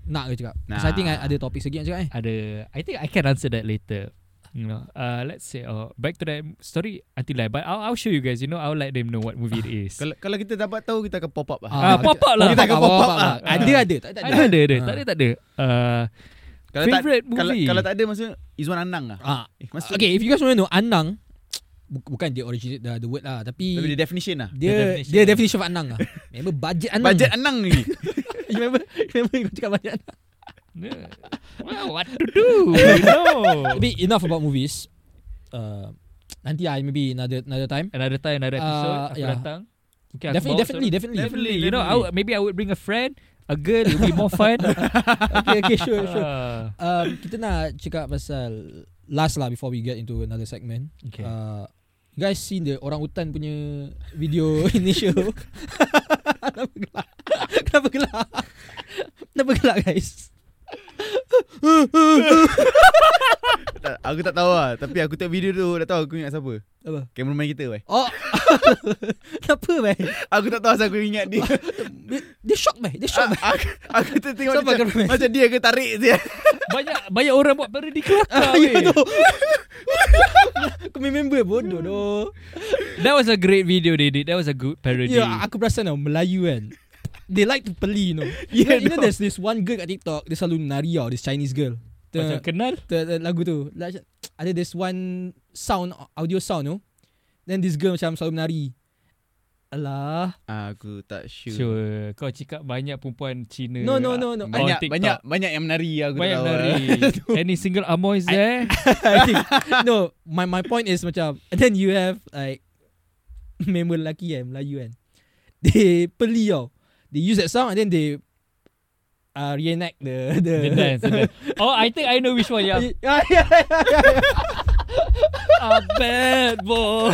nak ke cakap. Nah. I
Nah.
think I, ada topik lagi nak cakap eh.
ada I think I can answer that later. You know, uh, let's say uh, back to that story until like, but I'll, I'll show you guys. You know, I'll let them know what movie it is.
Kalau kalau kita dapat tahu kita akan pop up ah.
Ah, pop up lah.
Kita akan pop up lah.
Ada ada tak tak
ada, ada, ada.
Ah.
Tak ada, tak ada. Uh,
Kalau tak
favorite
kalau,
movie.
kalau tak ada maksudnya Izwan Anang lah.
Ah.
Eh, maksud,
Okay, if you guys want to know Anang bu- bukan dia originate the, the word lah tapi
Tapi the definition lah.
dia
the
definition
definition.
dia definition of Anang lah. Remember budget Anang.
Bajet Anang ni.
You remember remember kau cakap budget Anang.
Yeah. well, what to do? you know.
Tapi enough about movies. Uh, nanti I maybe another another time.
Another time, another episode.
Ah,
aku
yeah.
datang. Okay, aku
Definitely
bawa
definitely,
seorang-
definitely
definitely. You know, I would, maybe I would bring a friend, a girl. It would be more fun.
Okay okay sure sure.
Ah,
um, kita nak cakap pasal last lah before we get into another segment.
okay.
Uh, you guys seen the orang hutan punya video initial? Kenapa gelak? Kenapa gelak? Kenapa gelak guys?
Tak, aku tak tahu lah. Tapi aku tengok video tu dah tahu aku ingat siapa.
Apa?
Cameraman kita weh.
Oh. Kenapa man?
Aku tak tahu asal aku ingat dia.
Dia shock man. Dia shock man.
Ah, aku, aku tu tengok
Siapa
macam,
cameraman?
macam dia ke tarik dia.
banyak banyak orang buat pada di Kelakar.
Ya
ah, weh.
tu. Aku main member bodoh doh.
That was a great video they did. That was a good parody.
Ya, aku perasan tau Melayu kan. They like to peli, you know.
Ya,
Yeah,
you, know, you know
Ya, no.
there's this one girl kat TikTok, dia selalu nari tau, this Chinese girl. The,
Macam kenal.
the, the lagu tu. Like, Ada this one sound, audio sound tu. Then this girl macam selalu menari. Alah.
Ah, aku tak sure.
Sure. Kau cakap banyak perempuan Cina.
No, no, no, no.
on
Banyak
TikTok.
banyak banyak yang menari aku tak
Banyak
tahu. lah.
menari. Any single eh? amoy is there?
I think, no, my my point is macam, and then you have like, member lelaki kan, Melayu kan. They peli tau. They use that sound and then they uh, reenact the... The,
The dance, the dance. Oh, I think I know which one. Yeah,
Ah, yeah, yeah, yeah.
a bad boy.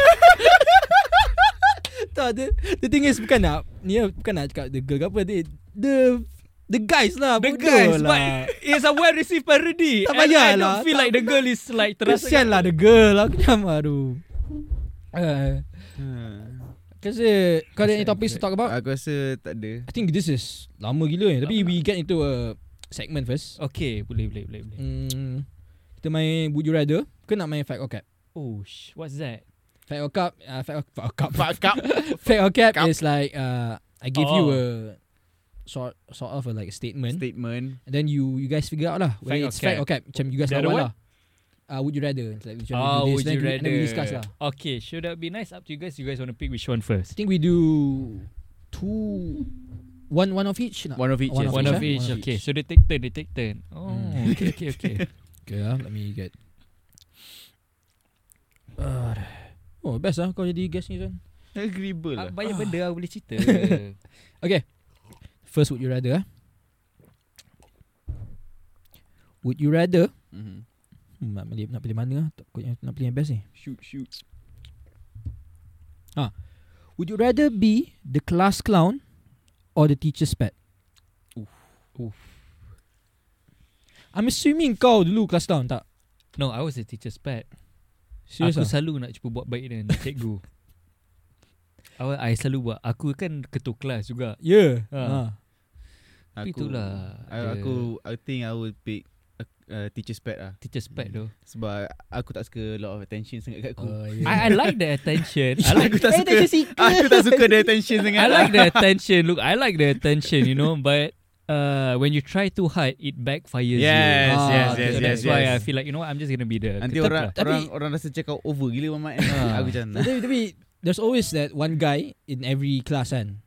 Tak the, the thing is Bukan nak Ni lah, bukan nak cakap The girl ke apa The The, the guys lah
The
bodoh
guys,
lah.
but it's a well received parody.
Tak
And
payah
I
lah,
don't feel
tak-
like the girl is like terasa.
Kesian lah the girl Aku macam aduh uh,
Hmm.
Kasi Kau ada any topics to talk about
Aku rasa tak ada.
I think this is Lama gila ni Tapi we get into a Segment first
Okay, boleh, boleh, boleh, boleh.
hmm, Kita main Would you rather Ke nak main fact or cap
Oh, sh- what's that?
Fact or cap uh, Fact or, fact or cap
Fuck up.
Fact or cap
Cap.
is like uh, I give you
Oh.
a Sort sort of a like statement
Statement.
And then you you guys figure out lah whether
Fact or
it's fact
cap?
or cap. Macam you guys
The other
lawan
one?
lah. uh, would you rather It's like, which one
Ah,
do this,
would
then
you
we-
rather?
then we discuss lah
Okay, should that be nice? Up to you guys. You guys want to pick which one
I
first?
think we do two one one of each nak?
One of each.
One
yes.
of
One
each,
of
eh?
each.
One of
Okay,
each.
so they take turn. They take turn. Oh,
Hmm.
okay, okay, okay.
Okay lah Let me get uh, Oh best lah Kau jadi guest ni Zon
Agreeable
Ah,
lah.
banyak benda aku boleh cerita.
Okay First would you rather ah? Would you rather
Mhm.
hmm, nak, pilih, nak pilih mana lah Takutnya nak pilih yang best ni
Shoot shoot.
Would you rather be The class clown Or the teacher's pet
Oof.
I'm assuming kau dulu class clown tak
no, I was a teacher's pet.
Serius lah
aku selalu nak cuba buat baik dengan cikgu. Awal I selalu buat. Aku kan ketua kelas juga.
Yeah
Ha.
ha.
Tapi itulah
Aku,
dia.
aku I think I will pick uh, teacher's pet lah
Teacher's pet tu.
sebab aku tak suka a lot of attention sangat kat aku.
Uh,
I, I like the attention. I
Yeah,
like
Ah, aku tak suka. Aku tak suka the attention sangat.
I like
lah.
the attention. Look, I like the attention, you know, but uh, when you try too hard, it backfires you.
Yes,
Ah,
yes,
okay,
yes,
so
yes.
that's why I
yes.
feel like, you know what, I'm just going to be the
Nanti
ketua
orang
kelas.
Tapi-
orang orang rasa check out over gila mamat.
lah. Ah.
aku macam nah.
tapi, tapi there's always that one guy in every class kan.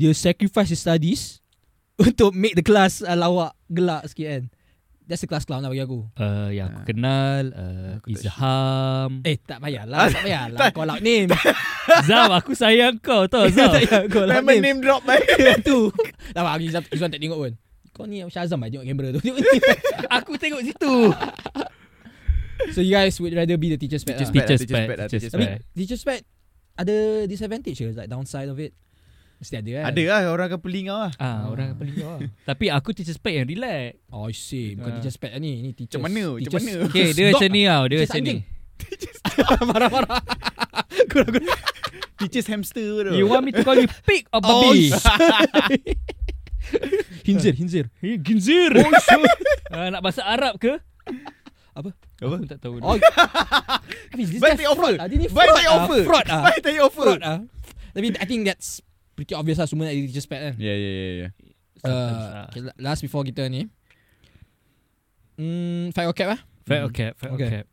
Dia sacrifice his studies untuk make the class uh, lawak gelak sikit kan. That's the class clown lah bagi aku.
Uh, yang aku
Ah.
kenal uh,
Aku tak
Izham
Eh tak payahlah, tak payahlah. Call out name.
Zam aku sayang kau tau
tak
Zam
payah call out
Memang
name.
name drop baik.
tu. Lah, Tak apa, Izwan, Izwan tak tengok pun. Kau ni macam Azam lah tengok kamera tu.
Aku tengok situ
so you guys would rather be the teacher's pet lah.
Teacher's
Teacher's pet. teacher's
pet
pet lah,
Teacher's
I
teacher's
mean,
pet
teacher's pet ada disadvantage ke? Like downside of it? Mesti ada kan?
Ada lah orang akan peling kau lah.
Ah, orang apa lagi orang. Tapi aku teacher's pet yang relax
Oh, I see. Bukan
Ah.
teacher's pet lah ni. Ni teacher's.
Macam mana? Macam
teacher's-
mana?
Okay
teacher's
dia
dog
macam ni tau Dia
Teacher's
macam ni
anjing. Marah-marah. Kurang kurang.
Teacher's hamster tu.
You want me to call you pig or
Oh,
babi?
Hinzir, hinzir.
Eh, Ginzir oh, Nak bahasa Arab ke?
Apa?
Apa?
Aku tak tahu
Oh.
oh.
Hafiz, this
Buy
guy
take offer.
fraud lah. Dia ni
Buy
fraud
take
lah.
offer.
Fraud ah.
Buy take offer.
Fraud ah. Tapi I think that's pretty obvious lah semua nak jadi teacher's pet kan.
Yeah, yeah, yeah, yeah.
Sometimes lah.
Uh, okay, la- last before kita ni. Hmm, fight or cap ah?
Fat or cap Fat
Okay.
or cap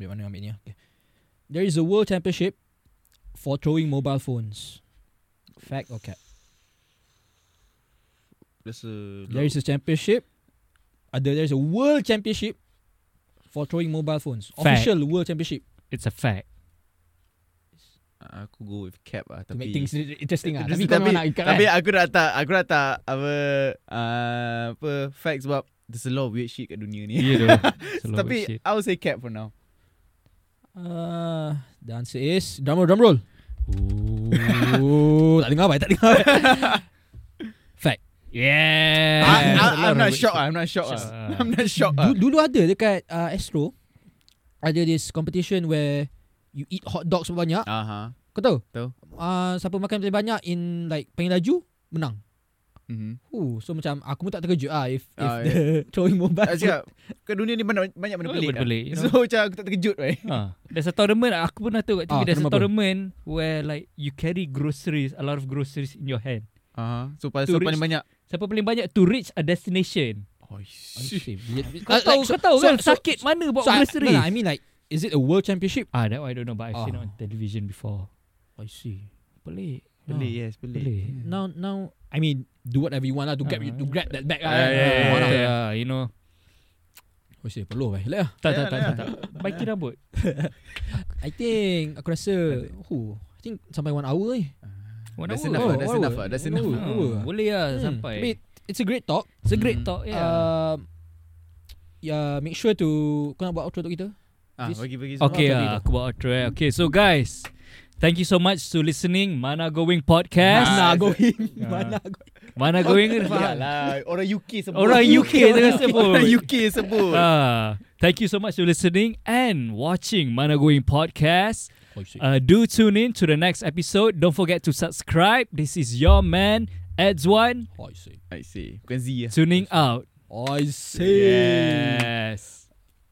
Ambil mana ambil ni ah. Okay. There is a world championship for throwing mobile phones. Fact or cap?
Rasa
There is a championship. Ada there is a world championship for throwing mobile phones.
Fact.
Official world championship
It's a fact
Ah, aku go with cap lah
to
tapi
make things interesting ah.
Tapi-
Tapi kau memang nak ikat
Tapi
kan?
aku nak tak Aku nak tak Apa uh, Apa Facts sebab There's a lot of weird shit kat dunia ni
You know
Tapi I would say cap for now
Uh, the answer is drum roll drum roll. Oh, tak dengar apa? Tak dengar. apa? Fact.
Yeah
I, I,
A lot
Ah, I'm
of
not
it.
shocked ah, I'm not shocked
Sure.
ah. I'm not shocked ah.
Du- dulu ada dekat uh, Astro ada this competition where you eat hot dogs banyak.
Aha
Kau tahu?
Ah. Tahu.
Uh, siapa makan paling banyak in like paling laju menang.
Mhm.
Ooh, so macam aku pun tak terkejut ah if if
Ah,
the throwing mobile.
Aku cakap Kat dunia ni banyak, banyak benda
Banyak
pelik,
benda pelik, you
ah.
know.
So macam aku tak terkejut right?
Ah, There's a tournament Aku pernah tahu kat TV
Ah,
There's
tournament
a
apa?
tournament Where like You carry groceries A lot of groceries in your hand
Aha. So
To
pasal so paling
reach-
banyak
Siapa paling banyak To reach a destination
Oh shit
Kau
Ah,
Kau tahu Kau tahu kan Sakit mana Buat
so I, no,
groceries
no, I mean like is it a world championship?
Ah, that one I don't know, but I've seen
Ah.
it on television before.
I see.
Pelik.
Pelik yes pelik,
Pelik.
Now now I mean do whatever you want lah to grab you to grab that bag lah.
Ah, yeah, yeah,
Mana?
yeah, yeah.
lah, you know.
Oh shit, perlu lah. Lek lah.
Tak, tak,
Yeah,
tak, tak,
yeah.
tak. Baiki rambut.
I think aku rasa oh, I think sampai one hour ni.
One
That's
hour.
enough
Oh,
lah That's
wow.
enough lah That's enough
Oh.
lah
Ah, Boleh lah
Hmm,
sampai.
Tapi it's a great talk.
It's a great
Hmm.
talk, yeah.
Yeah. yeah, make sure to kau nak buat outro untuk kita.
Ah,
This-
bagi bagi semua
okay,
Bagi
ah, aku buat outro. eh. Okay, so guys, thank you so much to listening Mana Going Podcast.
Mana
Ah,
going?
Ah.
Mana going?
Mana Going kan
Faham
faham.
lah Orang UK sebut
Orang UK tengah sebut.
Orang UK sebut
Ah, thank you so much to listening and watching Mana Going Podcast.
Oh, shit.
Uh, do tune in to the next episode. Don't forget to subscribe. This is your man, Edzwan,
I see.
I see Bukan Z lah
tuning out.
I see.
Yes.